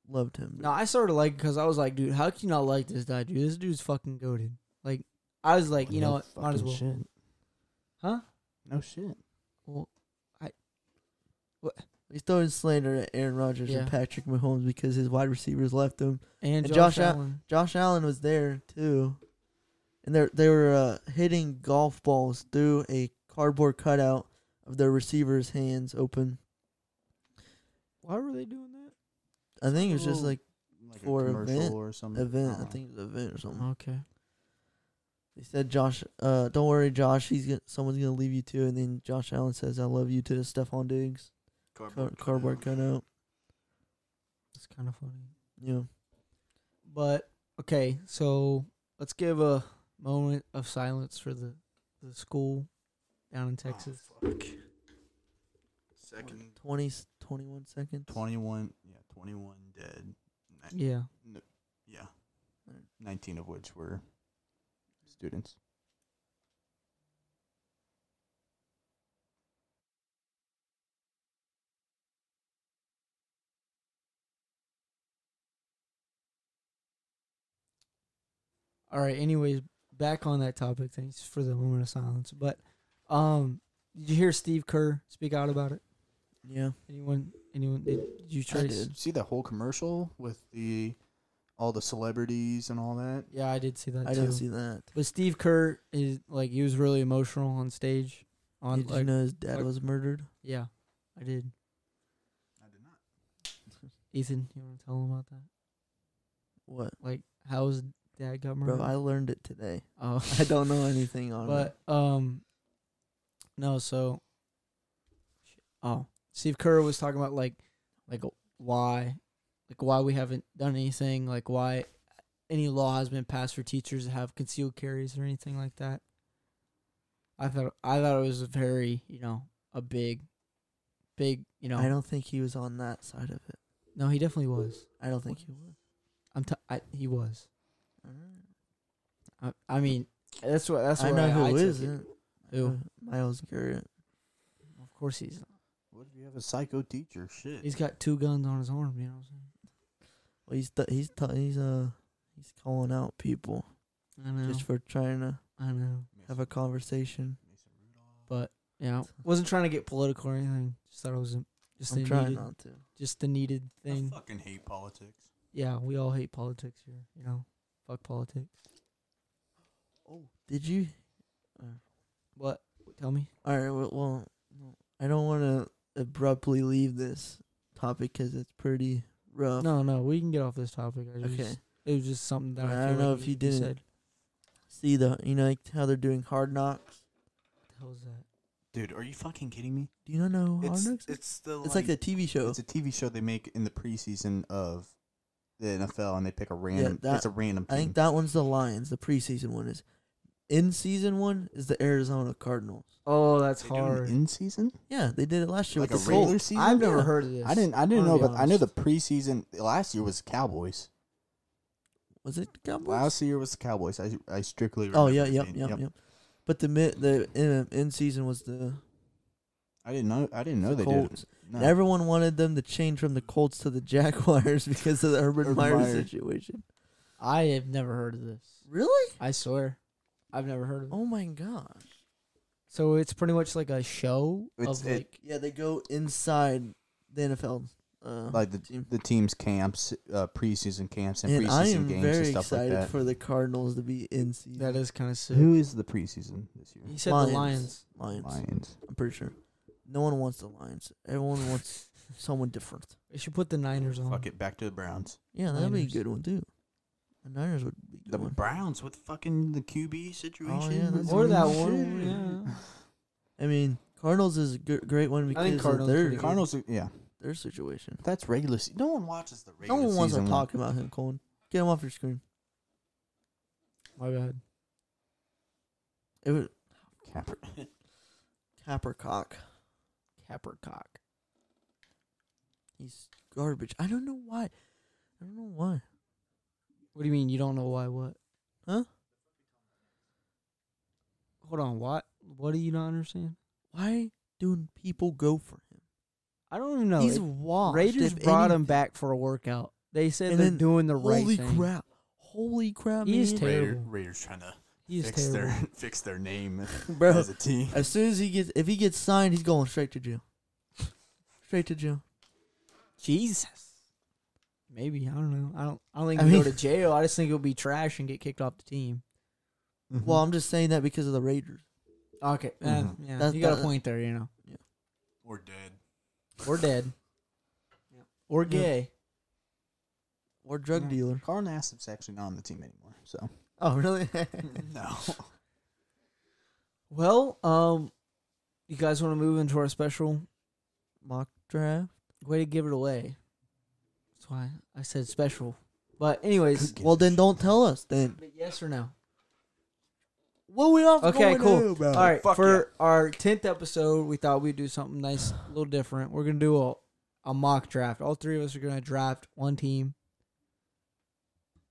loved him.
no, I started to like because I was like, dude, how can you not like this guy, dude? This dude's fucking goaded. Like, I was like, you know what? Might as
fucking
well,
Shit.
huh?
No shit.
He's throwing slander at Aaron Rodgers
Yeah.
and Patrick Mahomes because his wide receivers left him.
And,
And
Josh,
Josh Al-
Allen.
Josh Allen was there too, and they they were uh, hitting golf balls through a cardboard cutout of their receiver's hands open.
Why were they doing that?
I think it was just
Ooh.
like
Like
For event-
or something.
event. I
Uh-uh.
think it was an event or something.
Oh, Okay.
They said Josh, uh, don't worry, Josh. He's gonna, someone's gonna leave you too. And then Josh Allen says, "I love you" to Stephon Diggs. Car- cardboard cutout.
It's kind of funny.
Yeah.
But okay, so let's give a moment of silence for the the school down in Texas.
Second
20, 21 seconds.
21. Yeah, 21 dead. Ni-
yeah.
Yeah. 19 of which were students.
All right. Anyways, back on that topic, thanks for the moment of silence. But um, did you hear Steve Kerr speak out about it?
Yeah.
Anyone? Anyone? Did you trace?
did.
See that whole commercial with the all the celebrities and all that.
Yeah, I did see that
I
too.
didn't see that.
But Steve Kerr is like he was really emotional on stage. On
Did you
like,
know his dad
like-
was murdered?
yeah, I did.
I did not.
Ethan, you want to tell him about that?
What?
Like how his dad got murdered?
Bro, I learned it today. [LAUGHS]
oh,
I don't know anything on it.
But um, no. So, oh, Steve Kerr was talking about like, like why, like why we haven't done anything, like why any law has been passed for teachers to have concealed carries or anything like that. I thought I thought it was a very you know a big, big you know
I don't think he was on that side of it.
no he definitely was
I don't think he was.
I'm t- I, he was I, I mean that's what that's
I
what
know who
took it.
isn't.
Who?
Uh, Miles Garrett.
of course he's
What if you have a psycho teacher? Shit.
he's got two guns on his arm you know what I'm saying.
Well, he's th- he's t- he's uh he's calling out people
I know.
just for trying to
I know.
have a conversation.
But yeah, [LAUGHS] wasn't trying to get political or anything. Just thought it was a- just the
I'm trying
needed,
not to.
just the needed thing.
I fucking hate politics.
Yeah, we all hate politics here. You know, fuck politics.
Did you?
What? Tell me.
All right. Well, well I don't want to abruptly leave this topic because it's pretty rough.
No, no, we can get off this topic. I just,
Okay.
It was just something that I,
I
feel
don't know
like
if you didn't-
Said.
See the you know like how they're doing hard knocks.
What the hell is that?
Dude, are you fucking kidding me?
Do you not know hard
It's
knocks? is?
it's the
It's like a TV show.
it's a TV show they make in the preseason of the NFL, and they pick a random.
that-
it's a random.
I
Team.
think that one's the Lions. The preseason one is. In season one is the Arizona Cardinals.
Oh, that's
They do an
hard.
in season,
Yeah, they did it last year
like a
with the
regular
Colts.
season.
I've never
Yeah.
heard of this.
I didn't. I didn't
I'm
know,
gonna
but
be
I know the
honest.
preseason last year was Cowboys.
Was it the Cowboys?
Last year was the Cowboys. I I strictly.
Oh
remember
yeah,
it
yep,
being-
yep, yep. But the mid, the in, in season was the,
I didn't know. I didn't know
the
they
Colts.
did. No.
And everyone wanted them to change from the Colts to the [LAUGHS] Jaguars because of the Urban
Urban
Meyer
Meyer.
situation.
I have never heard of this.
Really?
I swear, I've never heard of it.
Oh my god.
So it's pretty much like a show
It's-
of
it-
like
Yeah, they go inside the NFL. Uh,
like the
team.
the teams camps, uh, preseason camps, and,
and
preseason
I am
games
very
and stuff like
excited
that.
for the Cardinals to be in season.
that is kind of sick.
Who is the preseason this year?
He said
Lions.
the Lions.
Lions.
Lions.
I'm pretty sure. No one wants the Lions.
[LAUGHS]
Everyone wants someone different.
They should put the Niners on.
Fuck it, back to the Browns.
Yeah, that'd be a
Niners.
good one too. The Niners would be a
The
good one.
Browns with fucking the QB situation.
Oh, that's
Or that
Shit.
one. Yeah.
I mean, Cardinals is a g- great one
I think
because of
Cardinals
their,
pretty good.
Cardinals. are- Yeah,
their situation.
that's regular. Se- no one watches the
No
regular.
one wants to
season
talk about him, Colin. Get him off your screen.
My bad.
It was
Capper.
Capercock.
Capricock.
He's garbage. I don't know why. I don't know why.
What do you mean you don't know why what?
Huh?
Hold on, what? What do you not understand?
Why do people go for him?
I don't even know.
He's
It-
washed.
Raiders
if
brought
any-
him back for a workout. They said
And
they're
then-
doing the right
Holy
thing.
crap! Holy crap!
He is
man.
terrible.
Raiders trying to
He is terrible.
[LAUGHS] fix their name
bro.
a team.
As soon as he gets, if he gets signed, he's going straight to jail. Straight to jail.
Jesus. Maybe I don't know. I don't. I don't think
I
he'll go
mean-
to jail. I just think he'll be trash and get kicked off the team.
Mm-hmm. [LAUGHS]
Well, I'm just saying that because of the Raiders.
Okay. Uh,
Mhm.
Yeah.
That's-
you got
Mm-hmm. that-
a point there. You know,
or dead.
we're dead. Or
[LAUGHS] Yeah.
gay.
Or drug
Yeah.
dealer.
Carl Nassib's actually not on the team anymore. So
Oh, really?
no.
Well, um, you guys want to move into our special
Mock draft.
Way to give it away. That's why I said special. But anyways,
Good
[LAUGHS]
Gives
Well,
a
then
shit.
don't tell us. Then
but yes or no?
what we all
Okay, cool.
bro?
All right,
Fuck
for our tenth episode, we thought we'd do something nice, a little different. We're gonna do a a mock draft. All three of us are gonna draft one team,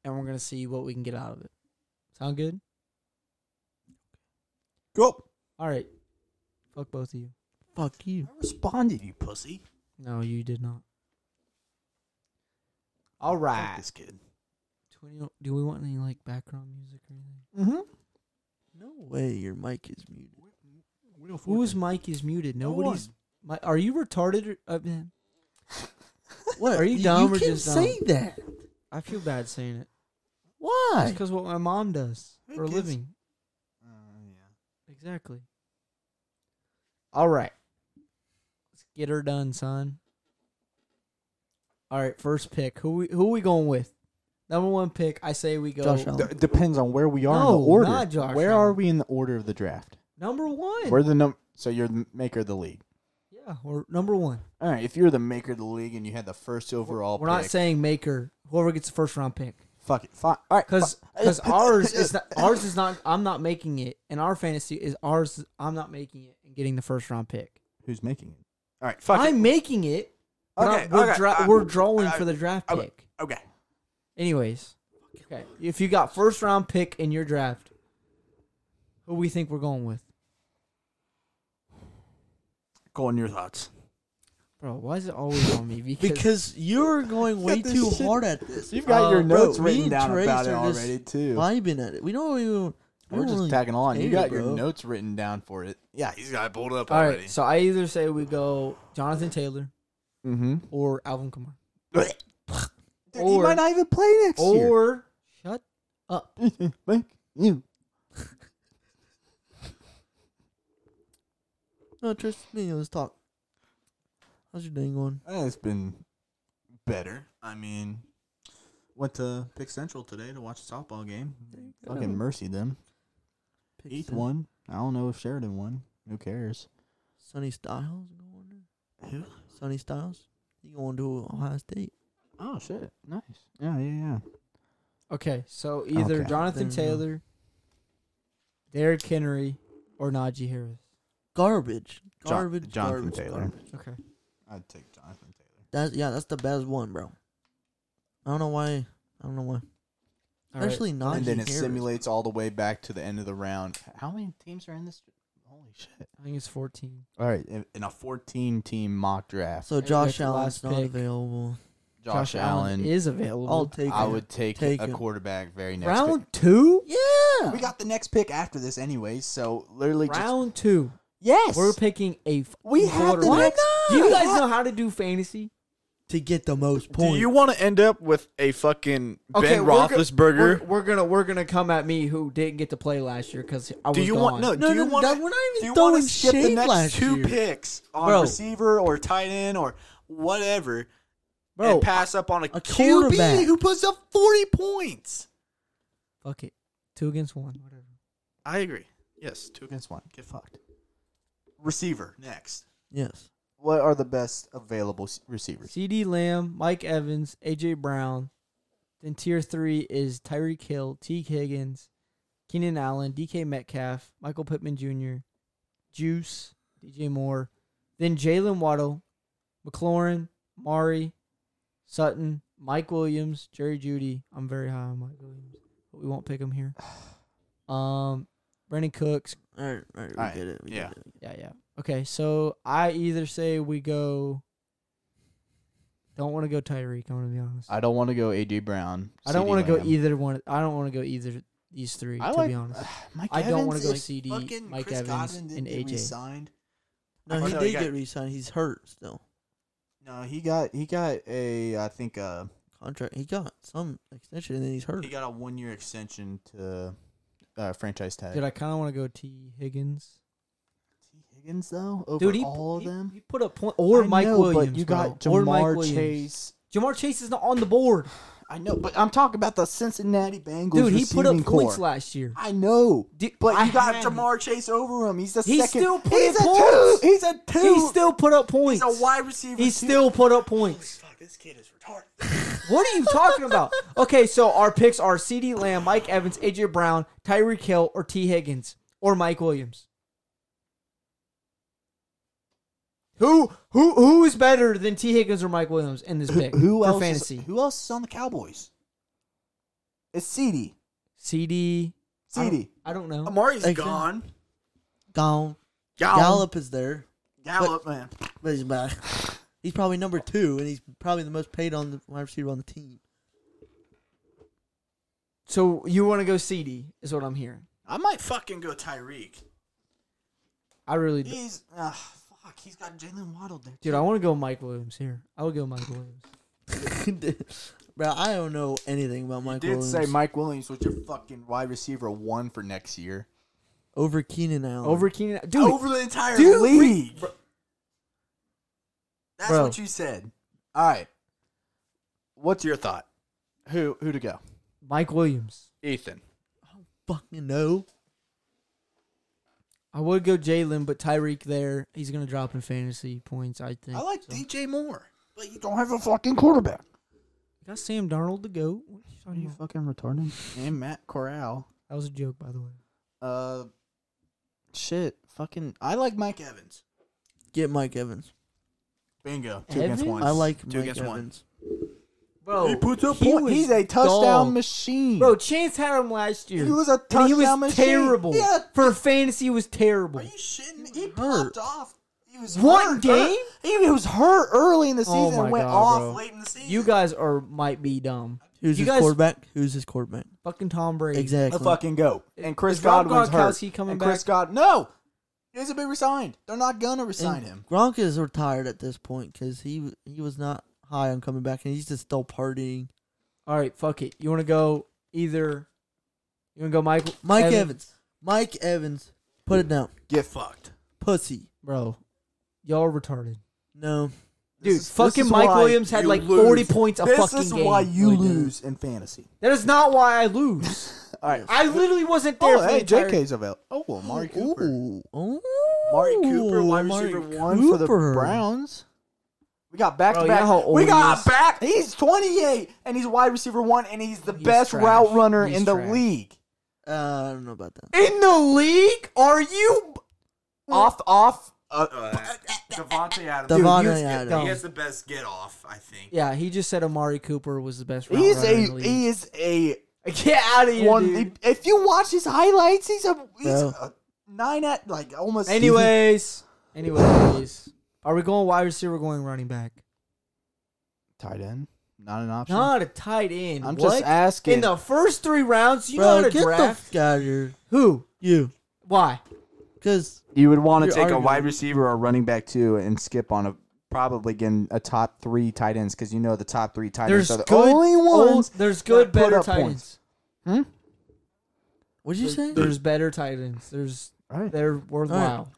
and we're gonna see what we can get out of it. Sound good?
[LAUGHS] Go.
All right. Fuck both of you.
Fuck you.
I responded, you pussy.
No, you did not. All
Fuck
right.
this kid.
Do we, do we want any like background music or anything?
Mm-hmm.
No way, your mic is muted.
Whose mic is muted? Nobody's. My, are you retarded? Or, uh, [LAUGHS] man,
What?
Are you dumb
you
or
can't
just dumb?
say that.
I feel bad saying it. It's
Why?
because what my mom does
Who
for a
gives-
living.
Uh, yeah.
Exactly. All right. Let's get her done, son. All right, first pick. Who we, who we going with? Number one pick. I say we go.
Josh Allen.
D- depends on where we are in
No,
the order.
not Josh
where are
Allen.
we in the order of the draft?
Number one.
We're the num. So you're the maker of the league.
yeah, we're number one.
All right. If you're the maker of the league and you had the first overall,
We're
pick,
not saying maker. Whoever gets the first round pick,
fuck it. Fine. All right.
because
fi- [LAUGHS]
because ours is not, ours is not. I'm not making it, and our fantasy is ours. I'm not making it and getting the first round pick.
who's making it? All right. Fuck
I'm making it. but I-
Okay,
we're
okay,
dra-
uh,
we're drawing
uh,
for the draft
uh,
pick.
it. Okay.
Anyways, okay. If you got first round pick in your draft, who we think we're going with,
Go on your thoughts.
bro? Why is it always on me? [LAUGHS] Because,
Because you're
[LAUGHS]
going way
this
too
shit-
hard at this.
You've got
Uh,
your
bro,
notes
me
written
and
down
Trace
about it
are just
already too.
Vibing at it. We don't even. I
We're
don't
just
really
tagging on. You
care,
got your
bro.
notes written down for it. Yeah, he's got it pulled up
all right. So I either say we go Jonathan Taylor
mm-hmm.
or Alvin Kamara.
Dude,
Or-
he might not even play next year.
Or shut up.
[LAUGHS] Like you.
No, trust me. Let's talk. How's your day going?
Uh, It's been better. I mean, went to Pick Central today to watch a softball game. Fucking mercy them.
Pick
Heath
Sun-
won. I don't know if Sheridan won. Who cares?
Sonny Styles going there.
Who?
Sonny Styles. He going to Ohio State.
Oh shit! Nice. Yeah, yeah, yeah.
Okay, so either
Okay.
Jonathan
There you go.
Taylor, Derrick Henry, or Najee Harris.
Garbage.
Jo-
Garbage.
Jonathan
garbage,
Taylor.
Garbage.
Okay.
I'd take Jonathan Taylor.
That's yeah. That's the best one, bro. I don't know why. I don't know why. Especially not.
and then it simulates all the way back to the end of the round. How many teams are in this? Holy shit!
I think it's fourteen.
All right, in, in a 14-team mock draft,
So
And that's
Josh
the
Allen's
last
not
pick.
available.
Josh, Allen.
is available.
I'll take.
I
it.
would take,
Take
a
him.
quarterback very next pick.
round two.
Yeah.
We got the next pick after this anyway, so literally just
Round two.
yes.
We're picking a. F-
We have the
quarterback.
next-
Do you
we
guys
have-
know how to do fantasy?
to get the most
Do
points.
you want to end up with a fucking Ben
we're go-
Roethlisberger?
We're, we're gonna we're gonna come at me who didn't get to play last year because I was
do you want no?
gone.
No,
do
no,
you want?
that- we're not even
do you
throwing
wanna skip the
shade
next
last
two
year.
picks on
Bro.
receiver or tight end or whatever,
bro.
and pass up on a,
a quarterback.
QB who puts up forty points.
Fuck it. Two against one. Whatever.
I agree. Yes, two against
That's one.
get fucked. Receiver next.
Yes.
What are the best available s- receivers?
C.D. Lamb, Mike Evans, A.J. Brown. Then tier three is Tyreek Hill, T. Higgins, Keenan Allen, D.K. Metcalf, Michael Pittman Jr., Juice, D.J. Moore. Then Jalen Waddle, McLaurin, Mari, Sutton, Mike Williams, Jerry Judy. I'm very high on Mike Williams, but we won't pick him here. [SIGHS] Um, Brandon Cooks.
All right. All right. We
All right,
get it. We
yeah.
Get it.
Yeah, yeah. Okay, so I either say we go. Don't want to go Tyreek. I'm gonna be honest.
I don't want to go AJ Brown.
I don't
CD
want to go
Lamb.
either one. I don't want to go either these three.
I
to
like-
be honest, [SIGHS]
Mike
I don't want
Evans
to go
is
CD,
fucking
Mike
Chris
Evans,
Godwin
and
didn't get
AJ.
re-signed.
No,
Oh,
he
no, he
did
got-
get re-signed. He's hurt still.
No, he got he got a I think uh
Contract. He got some extension, and then he's hurt.
he got a one year extension to uh, franchise tag.
dude, I kind of want to go T Higgins.
T. Higgins though over
Dude, he,
all
he-
of them.
he put up point or
I
Mike
know,
Williams.
But you got
bro, or Mike
Jamar
Williams.
Chase.
Jamar Chase is not on the board,
I know, but I'm talking about the Cincinnati Bengals.
dude. He put up
receiving
points
core.
last year.
I know,
Dude,
but
I
you got
had-
Jamar Chase over him. He's the
He's
second.
still putting
he's a
points.
two. He's a two.
He still put up points.
He's a wide receiver.
He
too.
still put up points.
Fuck, this kid is retarded.
What are you talking
[LAUGHS]
about? Okay, so our picks are C.D. Lamb, Mike Evans, A.J. Brown, Tyreek Hill, or T. Higgins, or Mike Williams. Who who who is better than T. Higgins or Mike Williams in this pick
Who
for
else?
fantasy?
Is, who else is on the Cowboys? It's CD.
C.D. I don't-
CD.
I don't know.
Amari's
Exactly.
gone.
Gone.
Gallup.
Gallup is there,
Gallup, man.
but he's back. He's probably number two, and he's probably the most paid on the wide receiver on the team. [LAUGHS]
So you want to go C.D. is what I'm hearing.
I might fucking go Tyreek.
I really, d-
He's uh, fuck. He's got Jalen Waddle there.
dude, I want to go Mike Williams here. I would go Mike Williams.
Bro, I don't know anything about Michael
Did
Williams.
say Mike Williams was your fucking wide receiver one for next year.
over Keenan Allen.
Over Keenan, dude.
Over the entire
dude, we-
league. That's
Bro.
what you said. All right. What's your thought? Who who to go?
Mike Williams.
Ethan.
fucking no.
I would go Jalen, but Tyreek there, he's gonna drop in fantasy points. I think.
I like
so.
DJ Moore, but you don't have a fucking quarterback.
You got Sam Darnold to go. What you talking about?
fucking retarded? And Matt Corral.
That was a joke, by the way.
Uh, shit. Fucking. I like Mike Evans.
Get Mike Evans.
Bingo. Two against
Evans?
one.
I like
Two
Mike
against one.
Evans.
Bro,
He puts up
he
points.
was
He's a touchdown
dog.
machine.
Bro, Chance had him last year.
He was a
and he was
touchdown machine.
terrible.
Yeah.
For fantasy, he was terrible.
Are you shitting me? He
Hurt.
popped off. He was
One
hurt.
game?
He he was hurt early in the season
Oh my
and went
God,
off
bro.
late in the season.
You guys are might be dumb.
Who's
you
his
guys
quarterback? Who's his quarterback?
fucking Tom Brady.
Exactly.
Let's fucking go. And Chris
Is Rob
Godwin's hurt.
Gronkowski coming
and Chris
back?
God, no, he hasn't been resigned. They're not gonna resign
And
him.
Gronk is retired at this point because he he was not high on coming back, and he's just still partying.
All right, fuck it. You want to go either? You want to go Michael?
Mike Evans. Mike Evans, put it down.
get fucked.
Pussy.
bro. Y'all are retarded,
No.
dude.
This is- this
fucking
is
Mike
why
Williams had
you
like
lose.
forty points a
this
fucking
is
game.
why you
Really did.
lose in fantasy.
that is not why I lose.
[LAUGHS] All right.
I literally wasn't there.
Oh,
for the
hey,
entire-
JK's available. Oh, well, Mari Cooper.
Ooh. Ooh.
Mari Cooper, wide
Amari
receiver one for the
Cooper.
Browns. We got back
Bro,
to
you know
back.
how old
we
he
got
is?
back. He's 28 and he's wide receiver one and he's the
He's
best
trash.
route runner
He's
in the
trash.
league.
Uh, I don't know about that.
in the league? Are you?
Off, off.
Uh, uh, Devontae Adams.
you
Devontae
get
Adams.
dumb.
He has the best get off, I think.
Yeah, he just said Amari Cooper was the best. route
He's
runner in the
a
league.
he is a
Get out of here,
one.
dude.
If you watch his highlights, he's a he's
Bro.
a nine at like almost.
Anyways, anyways, are we going wide receiver? We're going running back.
tight end, not an option.
Not a tight end.
I'm
What?
just asking.
In the first three rounds, you
Bro,
got
get
to draft
the fuck out of here.
who?
You.
Why?
Because
You would want
You're
to take a
arguing.
wide receiver or a running back too, and skip on a probably getting a top three tight ends because you know the top three tight
There's
ends are the
good,
only
old-
ones.
there's good,
that put
better
up
tight
points.
ends.
what'd you say?
There's better tight ends. There's
Right.
they're worthwhile.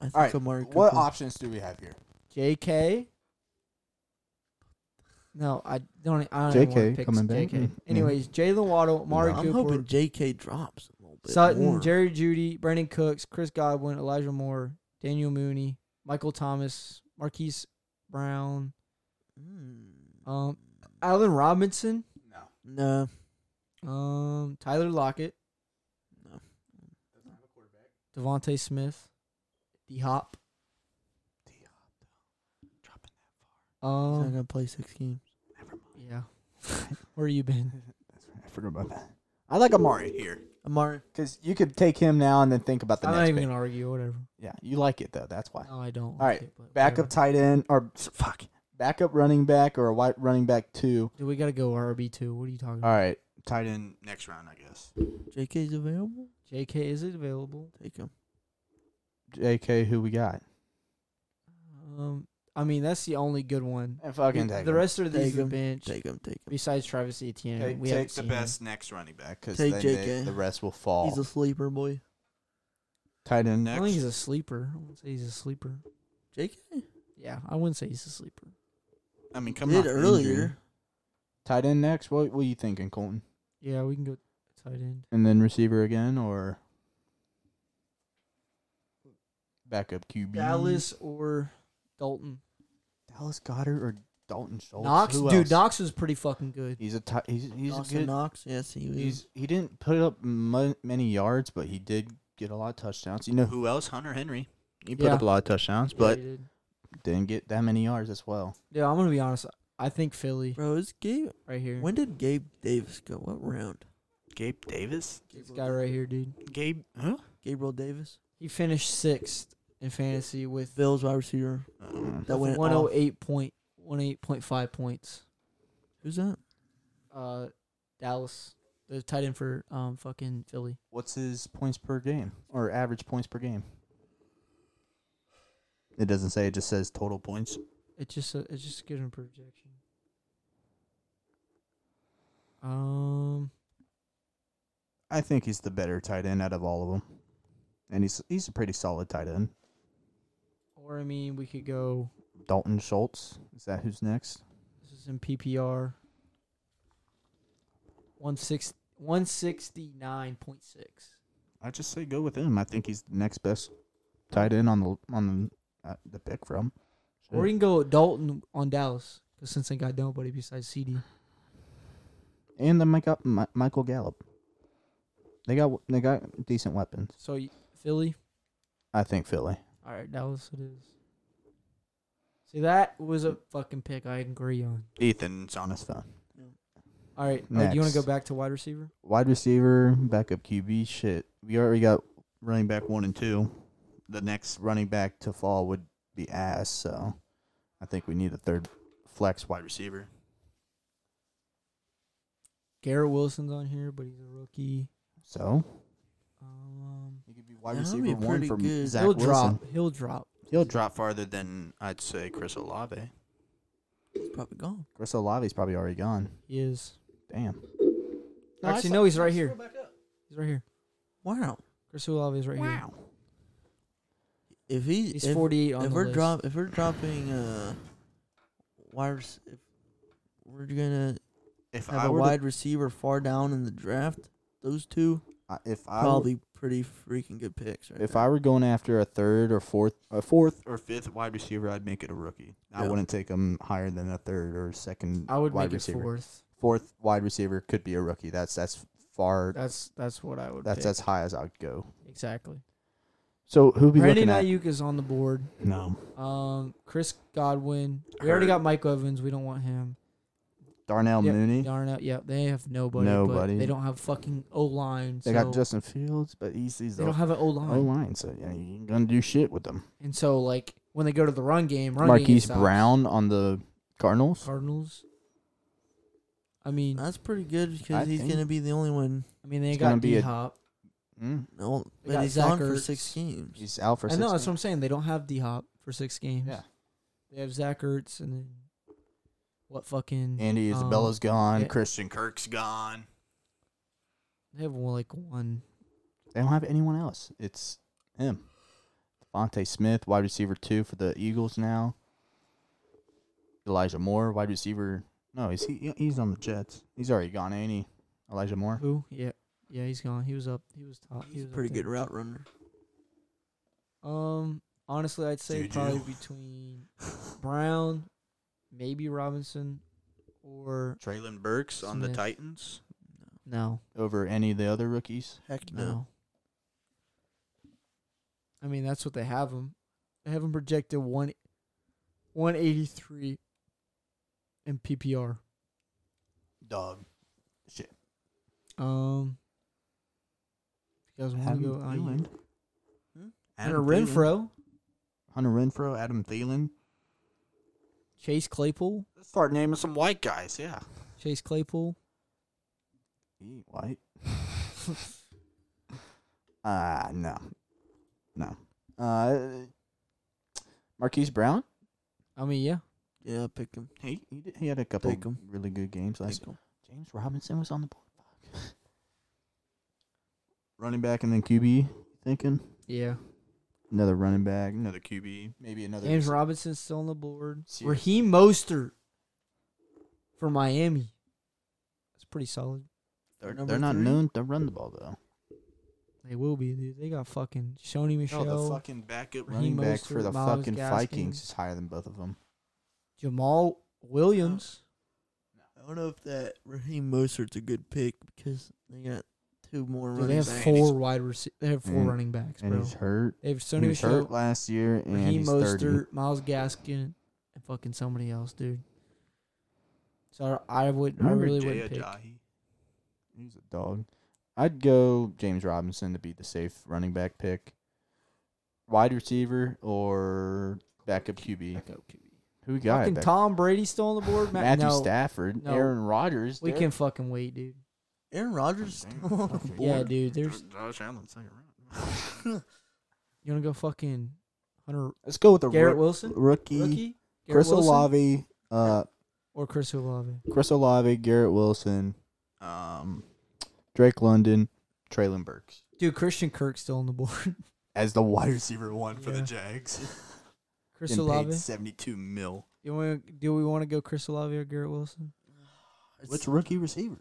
I think
All right,
Amari
what
Cooper.
options do we have here?
J.K. No, I don't. I don't
JK
even wanna pick
coming back.
J.K.
Mm,
Anyways, Jalen Waddle, Amari
I'm
Cooper,
hoping J.K. drops a little bit
Sutton,
more.
Jerry Judy, Brandon Cooks, Chris Godwin, Elijah Moore, Daniel Mooney, Michael Thomas, Marquise Brown,
Mm,
um, Allen Robinson,
no.
um, Tyler Lockett,
No.
Devontae Smith, D Hop.
He's not
Um,
gonna play six games.
yeah. [LAUGHS] Where you been?
I forgot about that. I like Amari here
Amari.
because you could take him now and then think about [LAUGHS] the
I'm not
next.
even
pick.
gonna argue. Whatever.
Yeah, you like it though. That's why.
No, I don't.
All right, backup tight end or fuck backup running back or a wide running back two.
Do we gotta go RB two? What are you talking
All
about?
right,
Tight end next round, I guess.
J.K.'s available.
Jk is it available?
Take him.
J.K. Who we got?
Um, I mean that's the only good one.
And
The,
fucking take
the
him.
rest are
Take
these are
him.
bench.
Take him. Take him.
Besides Travis Etienne,
Take-
we
take
haven't
It's the
seen him.
best next running back.
because
Take
then they-
JK.
the rest will fall.
He's a sleeper boy.
tight end
I
next.
don't think he's a sleeper. I wouldn't say he's a sleeper.
J.K.
Yeah, I wouldn't say he's a sleeper.
I mean, come
did
on.
earlier.
tight end next. What what you thinking, Colton?
Yeah, we can go tight end.
And then receiver again or backup QB.
Dallas or Dalton.
Dallas Goddard or Dalton Schultz.
Knox,
Who
dude,
else?
Knox was pretty fucking good.
He's a tight. He's he's
Dawson
a good.
Knox. Yes, he was.
He's he didn't put up mu- many yards, but he did get a lot of touchdowns. You know who?
Who else? Hunter Henry.
He put
Yeah.
up a lot of touchdowns,
Yeah,
but
he did.
didn't get that many yards as well.
yeah, I'm gonna be honest. I think Philly
Bro, is Gabe?
right here.
When did Gabe Davis go? What round?
Gabe Davis.
This guy right here, dude.
Gabe. Huh?
Gabriel Davis,
He finished sixth in fantasy with
Bills wide receiver that went.
one
off.
hundred eight point one eight point five points.
Who's that?
Uh, Dallas. the tight end for um fucking Philly.
What's his points per game or average points per game? It doesn't say. It just says total points.
It's just a, it's just getting a projection. Um,
I think he's the better tight end out of all of them, and he's he's a pretty solid tight end.
or I mean, we could go.
Dalton Schultz is that who's next?
This is in PPR. One six one sixty nine point six.
I just say go with him. I think he's the next best tight end on the on the uh, the pick from.
Or we can go Dalton on Dallas because since they got nobody besides CD.
and the Michael, Mi- Michael Gallup. They got they got decent weapons.
So y- Philly.
I think Philly.
All right, Dallas it is. See, that was a fucking pick I agree on.
Ethan's on his phone.
All right, all right, do you want to go
Next.
back to wide receiver?
Wide receiver, backup QB, shit. We already got running back one and two. The next running back to fall would be ass. So I think we need a third flex wide receiver.
Garrett Wilson's on here, but he's a rookie.
So
Um,
he could be wide
Yeah, that'd
receiver
be
one
pretty
from
good.
Zach
he'll
Wilson.
drop. He'll drop.
He'll drop farther than I'd say Chris Olave.
He's probably gone.
Chris Olave's probably already gone.
He is.
Damn.
No, I
Actually,
saw-
no, he's right
I
here.
scrolled back up.
He's right here.
Wow.
Chris Olave is right here.
If he
He's
if,
48 on
if
the
we're
list.
drop if we're dropping uh wide rec- if we're gonna
If
have a
were to-
wide receiver far down in the draft, those two
I- if I were-
probably pretty freaking good picks. Right
If
there.
I were going after a third or fourth, a fourth or fifth wide receiver, I'd make it a rookie. I
Yeah.
wouldn't take him higher than a third or second.
I would
wide
make
receiver.
it fourth.
Fourth wide receiver could be a rookie. That's that's far.
That's that's what I would.
That's
pick.
as high as I'd go.
exactly.
So who be
Brandon
looking at?
Ayuk is on the board.
no,
Um, Chris Godwin. We already
Hurt.
got Mike Evans. We don't want him.
Darnell
Yeah,
Mooney.
Darnell. Yeah, they have nobody. but
Nobody.
they don't have fucking O line.
They
so
got Justin Fields, but he's he's
They
the
don't have an O
O
line,
line, so yeah, you ain't gonna do shit with them.
and so like when they go to the run game, run game
Marquise
stops.
Brown on the Cardinals.
Cardinals. I mean,
That's pretty good
I
because he's
think-
gonna be the only one.
I mean they
it's gonna
got
be
D
a-
Hop.
Mm,
No,
They
but
got
he's
Zach
gone for
Ertz.
six games.
he's out for.
I
Six
know that's what I'm saying. They don't have D Hop for six games.
Yeah.
They have Zach Ertz and then what fucking
Andy
um,
Isabella's gone.
yeah.
Christian Kirk's gone.
um, They have one, like one.
They don't have anyone else. It's him. Devontae Smith, wide receiver two for the Eagles now. Elijah Moore, wide receiver. No, he's he, he's on the Jets. He's already gone, ain't he? Elijah Moore.
Who? Yeah, yeah, he's gone. He was up. He was top. he
He's a
was up
pretty
there.
good route runner.
Um, honestly, I'd say
Juju.
probably between Brown, maybe Robinson, or
Traylon Burks
on the Smith.
Titans.
no,
Over any of the other rookies.
Heck
no.
no.
I mean, that's what they have him. They have him projected one, one eighty three. In PPR.
Dog. Shit.
Um, if you guys want to go IU.
Hmm?
Hunter Renfro,
Hunter Renfro, Adam Thielen.
Chase Claypool,
Let's start naming some white guys, yeah.
Chase Claypool.
He white. [LAUGHS] uh no. No. Uh Marquise Brown?
I mean, yeah,
Yeah, pick him.
He he, did, he had a couple
Take 'em.
really good games last
Pick
year.
him.
James Robinson was on the board. Fuck. running back and then QB thinking.
yeah.
Another running back, another QB, maybe another
James Robinson's still on the board.
Serious.
Raheem Mostert for Miami. That's pretty solid.
They're,
Number
they're not
three.
known to run the ball though.
They will be, dude. They got fucking Shoney Michelle,
fucking backup
Raheem
running back for
Mostert,
the
Miles
fucking
Gaskin.
Vikings is higher than both of them.
Jamal Williams.
I don't know if that Raheem Mostert's a good pick because they got two more
Dude, they
running
have
backs.
four wide receivers. They have four
And-
running backs,
Mm. And
bro.
he's hurt.
They have
he
Shoney
was hurt
Michelle,
last year, and
Raheem
he's
Mostert,
30.
Miles Gaskin, and fucking somebody else, dude. So I I would, I
Remember
really wouldn't pick.
He's a dog. I'd go James Robinson to be the safe running back pick. Wide receiver or backup QB. Who we got?
Fucking
back- [LAUGHS]
Tom Brady still on the board. Ma-
Matthew
no,
Stafford,
No.
Aaron Rodgers.
we
they're-
can fucking wait, dude.
Aaron Rodgers is still on the board.
Yeah, dude. There's
Josh Allen second round.
[LAUGHS] you wanna go fucking Hunter
Let's go with the
Garrett
roo-
Wilson
Rookie,
rookie Garrett
Chris
Wilson?
Olave, uh,
or Chris Olave.
Chris Olave, Garrett Wilson, um, Drake London, Traylon Burks
Dude, Christian Kirk's still on the board. [LAUGHS]
as the wide receiver one for the
Yeah.
Jags.
Chris
Getting paid
Olave.
seventy-two mil.
You want? Do we want to go Chris Olave or Garrett Wilson?
It's-
Which rookie receiver?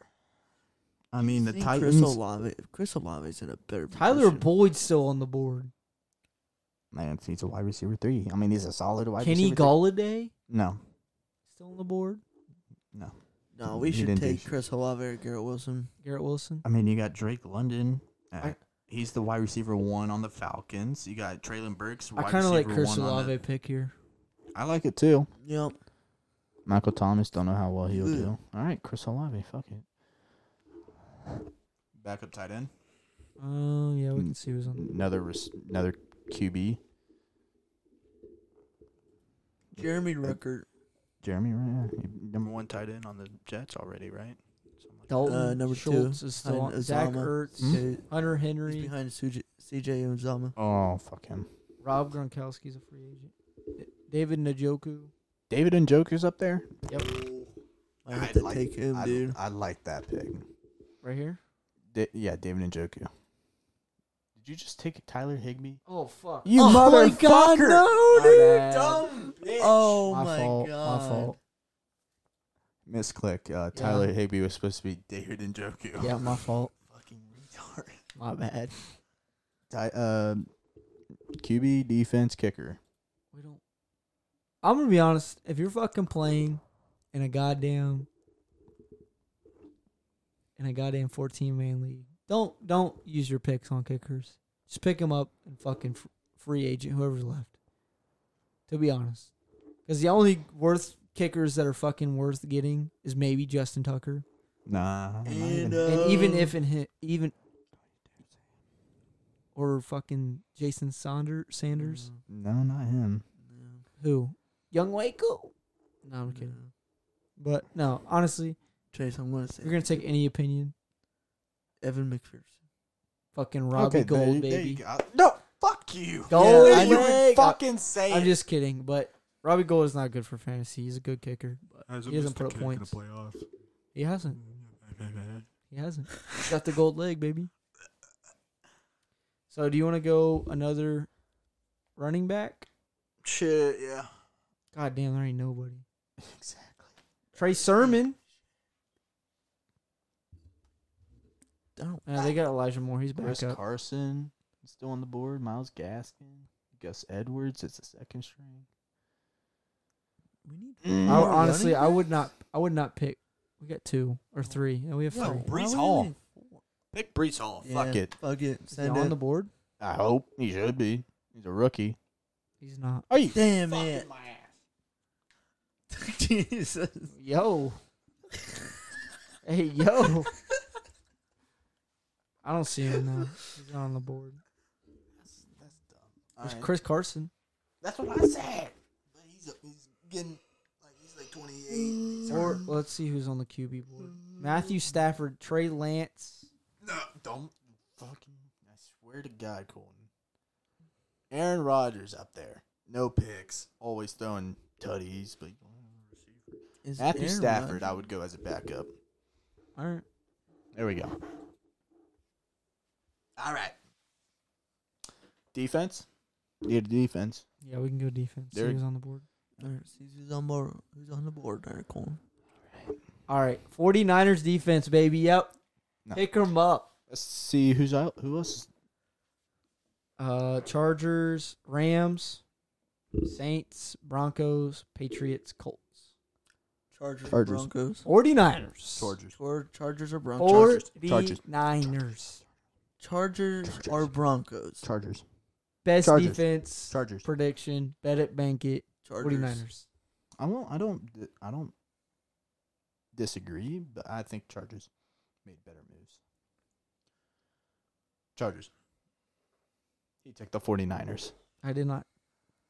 I mean, the
I think
Titans.
Chris Olave. Chris Olave's in a better.
Tyler
position.
Boyd's still on the board.
Man, he's a wide receiver three. I mean, he's a solid wide
Kenny
receiver.
Galladay
three. No,
still on the board.
no.
No, we
He
should
didn't do
take
shit.
Chris Olave or Garrett Wilson.
Garrett Wilson.
I mean, you got Drake London. Uh,
I-
he's the wide receiver one on the Falcons. You got Traylon Burks.
I
wide
kind of like
receiver
Chris
one on
Olave
the-
pick here.
I like it too.
Yep.
Michael Thomas. Don't know how well he'll
Ugh.
do. All right, Chris Olave. Fuck it. Backup tight end.
Oh yeah, we
Mm.
can see who's on.
Another res- another QB.
Jeremy Ruckert.
Jeremy, right? yeah. Number one tight end on the Jets already, right? Something like
Dalton
Uh, number two,
Schultz is still on.
Hayden
Zach
Uzama.
Ertz,
Hmm?
Uh,
Hunter
He's
Henry,
behind Suj- CJ Uzama.
that. Oh, fuck him.
Rob Gronkowski's a free agent. D- David Njoku.
David and Joker's up there.
I have to take him,
I,
dude.
I like that pick.
Right here.
Da- yeah, David and Joku. Did you just take Tyler Higby?
Oh fuck.
You
Oh my
motherfucker!
God, no,
My
dude,
bad.
dumb bitch. Oh
my,
my,
fault.
god,
My fault.
Misclick. Uh, Tyler Higby was supposed to be David and Joku.
Yeah, my fault.
Fucking retard.
My bad.
Ty- uh, QB defense kicker.
We don't. I'm gonna be honest. If you're fucking playing in a goddamn in a goddamn 14 man league, don't don't use your picks on kickers. Just pick them up and fucking f- free agent whoever's left. To be honest, because the only worth kickers that are fucking worth getting is maybe Justin Tucker,
Nah. I'm not
And,
even-
uh,
and even
Um,
if in hit, even or fucking Jason Sonder, Sanders.
no, not him.
Who? Young Waco? No, I'm kidding. But no, honestly,
Chase, I'm gonna say
if you're gonna take any opinion,
Evan McPherson.
fucking Robbie
Okay, there
Gold,
you- there
baby.
you go. No, fuck you.
Gold,
Yeah, I
you
know.
Fucking say
I'm
it.
just kidding, but Robbie Gold is not good for fantasy. He's a good kicker. But he hasn't put up points. He hasn't. He hasn't. He's got the gold leg, baby. So, do you want to go another running back?
Shit, yeah.
God damn, there ain't nobody.
Exactly.
Trey Sermon.
I don't.
Uh, they got Elijah Moore. He's back
Chris
up.
Carson is still on the board. Miles Gaskin. Gus Edwards is the second string. Mm.
We need.
I,
More
honestly,
running
I would not.
backs?
I would not pick. We got two or three, and we have
No,
three.
Brees
Why would
Hall.
we-
Pick Brees Hall. Fuck
Yeah,
it.
Oh, Fuck it.
Is he
Send
on
it.
the board?
I hope he should be. He's a rookie.
He's not.
Are you?
Damn it.
my ass.
[LAUGHS] Jesus.
Yo. hey, yo. I don't see him now. He's not on the board.
That's, that's dumb.
There's Chris Carson.
That's what I said. But he's, he's getting like he's like 28.
Or let's see who's on the QB board. Matthew Stafford, Trey Lance.
No, don't fucking. I swear to God, Colton. Aaron Rodgers up there. No picks. Always throwing tutties. But
Is
Matthew
Aaron
Stafford,
Rodgers-
I would go as a backup.
All right.
There we go. All right. Defense. Yeah, defense.
Yeah, we can go defense. See
There-
who's on the board.
Alright, see who's on board. Who's on the board? There, Colin.
All right. 49ers defense, baby. Yep.
No.
Pick him up.
Let's see who's out. Who else? is-
Uh, Chargers, Rams, Saints, Broncos, Patriots, Colts.
Chargers.
Chargers.
Chargers. Broncos.
49ers.
Char- Chargers or Broncos.
Or
Chargers.
the
Chargers.
Niners.
Chargers,
Chargers.
or Broncos.
Chargers.
Best
Chargers.
defense
Chargers.
prediction. Bet it, bank it.
Chargers.
49ers.
I won't. I don't. di- I don't disagree, but I think Chargers made better moves. Chargers. He took the 49ers.
I did not.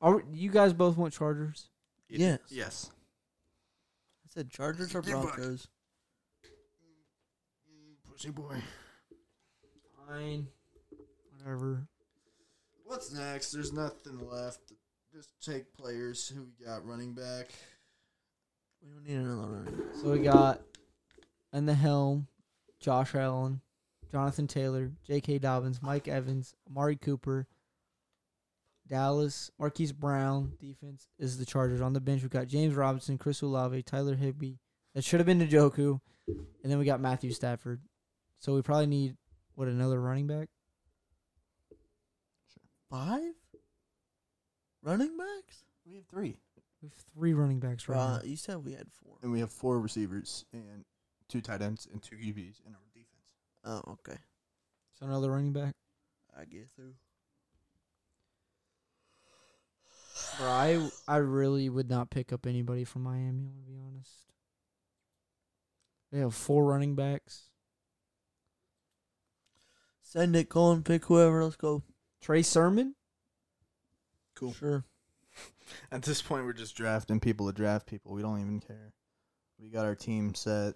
Are you guys both want Chargers?
Yes.
Yes.
I said Chargers or
Get back.
Broncos.
Pussy boy.
Fine. Whatever.
What's next? There's nothing left. Just take players who we got running back.
We don't need another runner.
So we got in the helm, Josh Allen, Jonathan Taylor, J.K. Dobbins, Mike Evans, Amari Cooper, Dallas, Marquise Brown. Defense is the Chargers. On the bench, we got James Robinson, Chris Olave, Tyler Higby. That should have been Njoku. And then we got Matthew Stafford. So we probably need, what, another running back?
Five running backs?
We have three.
We have three running backs right
Uh,
now.
you said we had four.
And we have four receivers and two tight ends and two QBs in our defense.
Oh, okay.
So another running back?
I guess so.
Bro, I, I really would not pick up anybody from Miami, I'm going to be honest. They have four running backs.
Send it, Colin. Pick whoever. Let's go.
Trey Sermon?
Cool.
Sure.
At this point, we're just drafting people to draft people. We don't even care. We got our team set.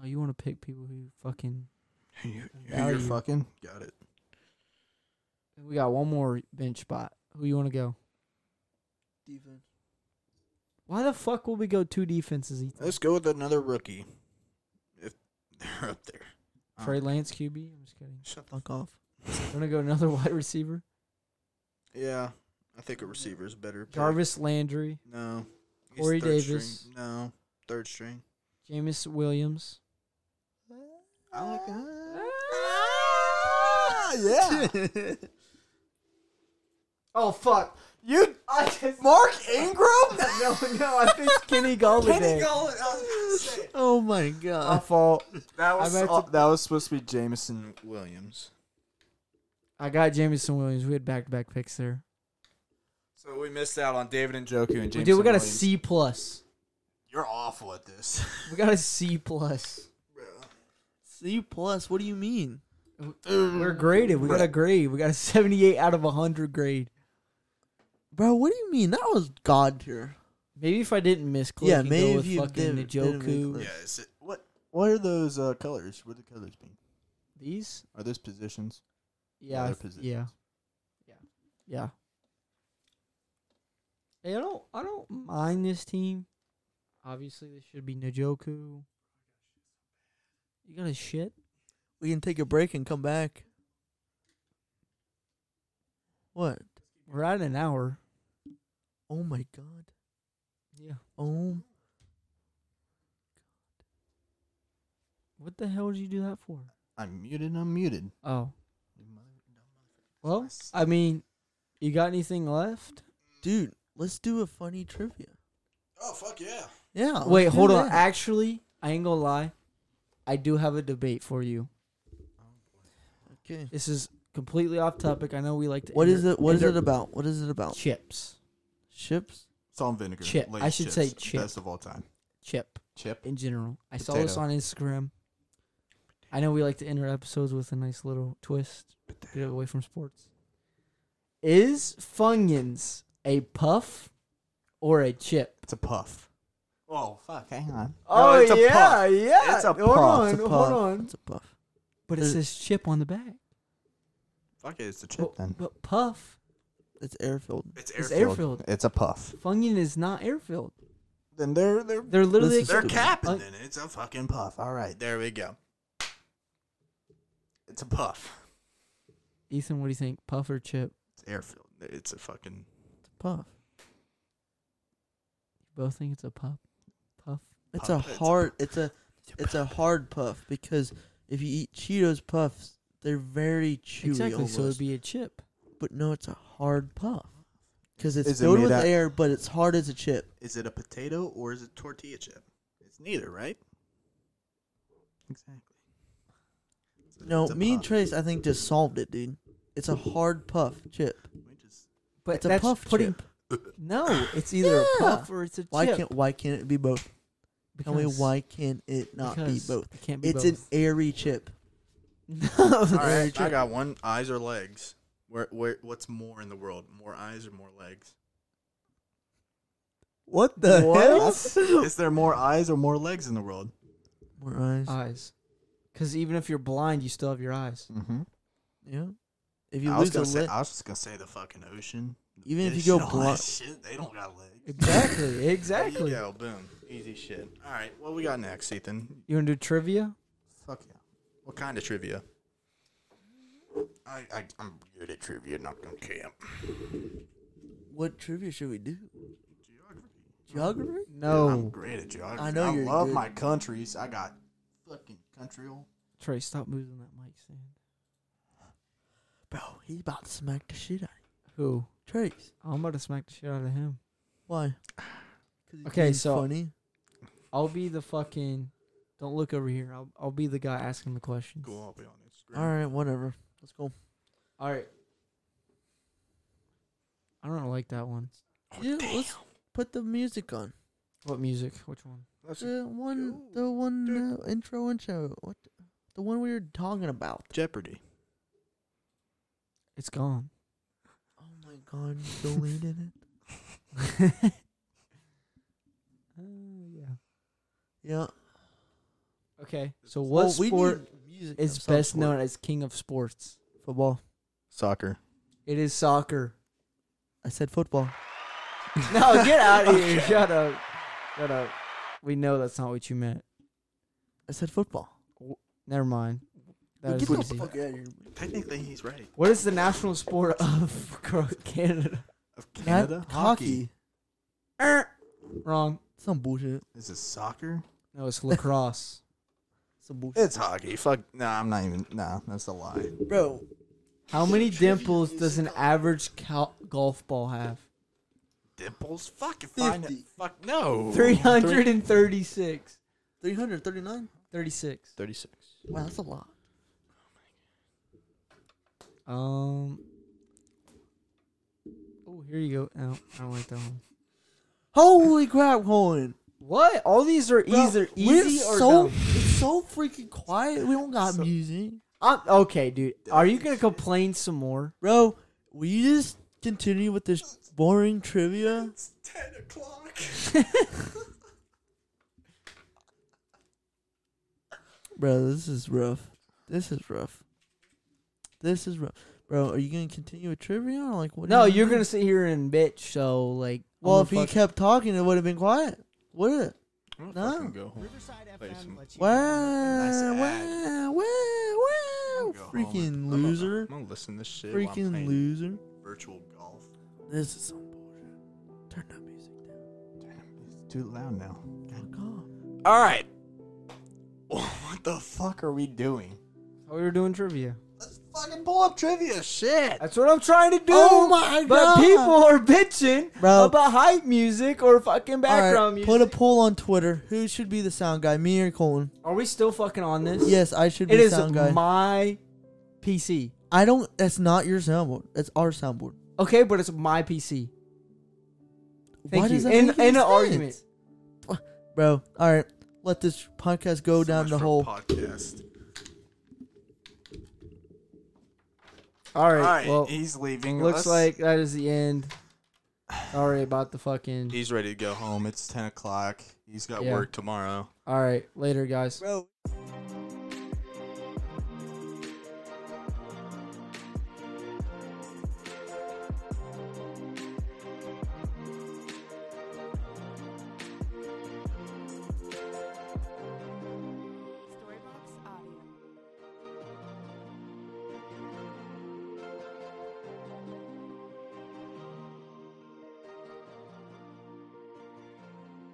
No, you want to pick people who fucking.
[LAUGHS] You,
Value.
are fucking got it.
We got one more bench spot. Who you want to go?
Defense.
Why the fuck will we go two defenses? Ethan?
Let's go with another rookie. If they're up there.
Trey Lance QB. I'm just kidding.
Shut the
Fuck off.
You want to go another [LAUGHS] wide receiver?
Yeah. I think a receiver is better. pick.
Jarvis Landry,
No. He's
Corey
third
Davis.
String. No. Third string.
Jameis Williams.
I like Ah,
[LAUGHS]
yeah.
Oh fuck!
you
I just
Mark Ingram?
no [LAUGHS] no. I picked [LAUGHS] Kenny Galladay. Kenny
Oh my
My
god.
fault.
That
was-
was
uh,
that was supposed to be Jameson Williams.
I got Jamison Williams. We had back to back picks there.
So we missed out on David and Joku and Jameson.
Dude, we got a
Williams.
C plus.
You're awful at [LAUGHS] this.
We got a C plus.
C plus. What do you mean?
We're graded. We got a grade. We got a 78 out of 100 grade.
Bro, what do you mean? That was god tier.
Maybe if I didn't miss click
Yeah,
and
maybe
go
if
with
you
fucking
didn't- didn't
Njoku.
make
is it, what what are those uh, colors? What do the colors mean?
These?
Are those positions?
Yeah.
they're
I th- yeah. Yeah. Yeah. Hey, I don't I don't mind this team. Obviously this should be Najoku. You got a shit?
We can take a break and come back. What?
We're at an hour.
Oh my god.
Yeah.
Oh.
What the hell did you do that for?
I'm muted. I'm muted.
Oh. Well, I mean, you got anything left?
Dude, let's do a funny trivia.
Oh, fuck yeah.
Yeah. let's
Wait,
do
hold on.
that.
Actually, I ain't gonna lie. I do have a debate for you.
Okay.
This is completely off topic. I know we like to.
What is it? What is it
inter-
about? What is it about?
Chips.
Chips?
Salt and vinegar.
Chip.
Lay's
I should
chips.
say chip.
Best of all time.
Chip
Chip.
in general. I saw this
Potato.
on Instagram. I know we like to enter episodes with a nice little twist. Get away from sports. Is Funyuns a puff or a chip?
It's a puff. Oh fuck! Hang on.
Oh,
it's a
yeah,
puff.
yeah.
It's a
Hold
puff.
on,
It's a
hold
puff.
on.
It's a puff.
But it
Is-
says chip on the back.
Fuck it. It's a chip
But,
then.
but puff
It's air filled.
It's
is airfield.
It's a puff.
Funyun is not airfield.
Then they're they're
They're literally
This is
they're
stupid.
capping.
Uh,
then it's a fucking puff. All right, there we go. It's a puff.
Ethan, what do you think? Puff or chip?
It's airfield. It's a fucking.
It's a puff.
You both think it's a puff? Puff?
It's
Puff.
a
It's a
hard it's a
a
it's a hard puff because if you eat Cheetos puffs, they're very chewy
exactly.
almost.
So it'd be a chip.
but no, it's a hard puff because it's
Is it
filled
made
with
out-
air, but it's hard as a chip.
Is it a potato or is it tortilla chip? It's neither, right? Exactly.
No,
It's a
me and
puff.
Trace, I think just solved it, dude. It's a hard puff chip.
We
[LAUGHS]
just
But
It's a
that's
puff
putting.
chip.
No, it's either a puff
Yeah.
or it's a chip.
Why can't why can't it be both? Tell me
Because- [LAUGHS]
why [LAUGHS] can't it not be
because
both?
It can't be
It's an
both.
airy chip.
no.
All
Very
right,
true.
I got one. Eyes or legs? Where, where? What's more in the world? More eyes or more legs?
[LAUGHS] What the hell?
Is there more eyes or more legs in the world?
More eyes.
[LAUGHS] Eyes. Because even if you're blind, you still have your eyes.
Mm-hmm.
yeah. If you
I was
lose a
gonna say,
leg,
I was just gonna say the fucking ocean. the
Even if you
fish
go
and all that
blind-
shit, they don't got legs.
[LAUGHS] Exactly.
There you
Exactly.
go, boom, easy shit. All right, what we got next, Ethan?
You want to do trivia?
Fuck yeah. What kind of trivia? I, I I'm good at trivia, not gonna camp.
what trivia should we do? Geography.
No.
I'm great at geography. I
Oh. know
know I
you're
love
good.
my countries. I got fucking country old.
Trey, stop moving that mic stand.
Bro, he's about to smack the shit out of
Who?
you. Trace.
I'm about to smack the shit out of him.
Why?
[SIGHS]
'Cause he
Okay,
thinks he's
so-
funny.
I'll be the fucking. Don't look over here. I'll I'll be the guy asking the questions.
Go I'll be on Instagram.
All right, whatever. Let's go.
All right. I don't like that one.
yeah, let's put the music on.
What music? Which one?
That's
The one, the one uh, intro intro. What? The, the one we were talking about.
Jeopardy.
It's gone.
Oh my god, you deleted it. [LAUGHS]
uh, yeah.
Uh, Yeah.
Okay. So what
Well,
sport
need music
is
of some
best
sort.
known as king of sports?
Football.
Soccer.
It is soccer. [LAUGHS]
I said football.
no, get out
[LAUGHS]
of here. Shut up. Shut up. We know that's not what you meant.
I said football.
Never mind. That
Get
is
the
easy.
fuck out of here.
Technically, he's right.
What is the national sport of [LAUGHS] Canada?
Of
Not
Canada,
hockey.
Er, Wrong.
Some bullshit.
Is it soccer?
No, it's
[LAUGHS]
lacrosse.
Some bullshit.
It's hockey. Fuck. Nah, I'm not even. Nah, that's a lie.
Bro,
How many dimples does an average cal- golf ball have?
Dimples. Fuck. If I kn- Fuck no.
336.
339?
36.
Thirty-six.
Wow, that's a lot.
Um. Oh, here you go. No, I don't like that one.
Holy crap, Cohen.
What? All these are
Bro,
either
we're
easy or
so,
dumb.
It's so freaking quiet. We don't got music.
I'm, okay, dude. Are you gonna complain some more?
Bro, will you just continue with this boring trivia?
It's ten o'clock.
Bro, this is rough. This is rough. This is rough. Bro, are you gonna continue with trivia? Or like what?
No,
are you
you're gonna sit here and bitch. So like, I'm
Well,
gonna
if he
fuck-
kept talking, it would have been quiet. Would it?
I'm
No. fucking
Go home.
Wow,
ad.
wow, wow, wow! Freaking loser!
I'm gonna listen to this shit. while I'm
Freaking
playing
loser!
Virtual golf.
This is some bullshit. Turn that music down.
It's too loud now.
Fuck off.
All right. [LAUGHS] What the fuck are we doing?
Oh, we were doing trivia.
Let's fucking pull up trivia. Shit.
That's what I'm trying to do.
Oh my
But
God.
people are bitching
Bro.
about hype music or fucking
All right,
background music.
put a poll on Twitter. Who should be the sound guy? Me or Colin?
are we still fucking on this?
Yes, I should be
It
the
is
sound guy.
my PC.
I don't. That's not your soundboard. That's our soundboard.
Okay, but it's my PC. Thank
Why
you.
does that
in
make
in
any
an
sense?
argument.
bro? All right, let this podcast go down the hole.
podcast.
All right.
All right,
well,
he's leaving.
looks
Let's-
like that is the end. Sorry about the fucking.
he's ready to go home. It's ten o'clock. He's got
Yeah.
work tomorrow.
All right, later, guys.
bro.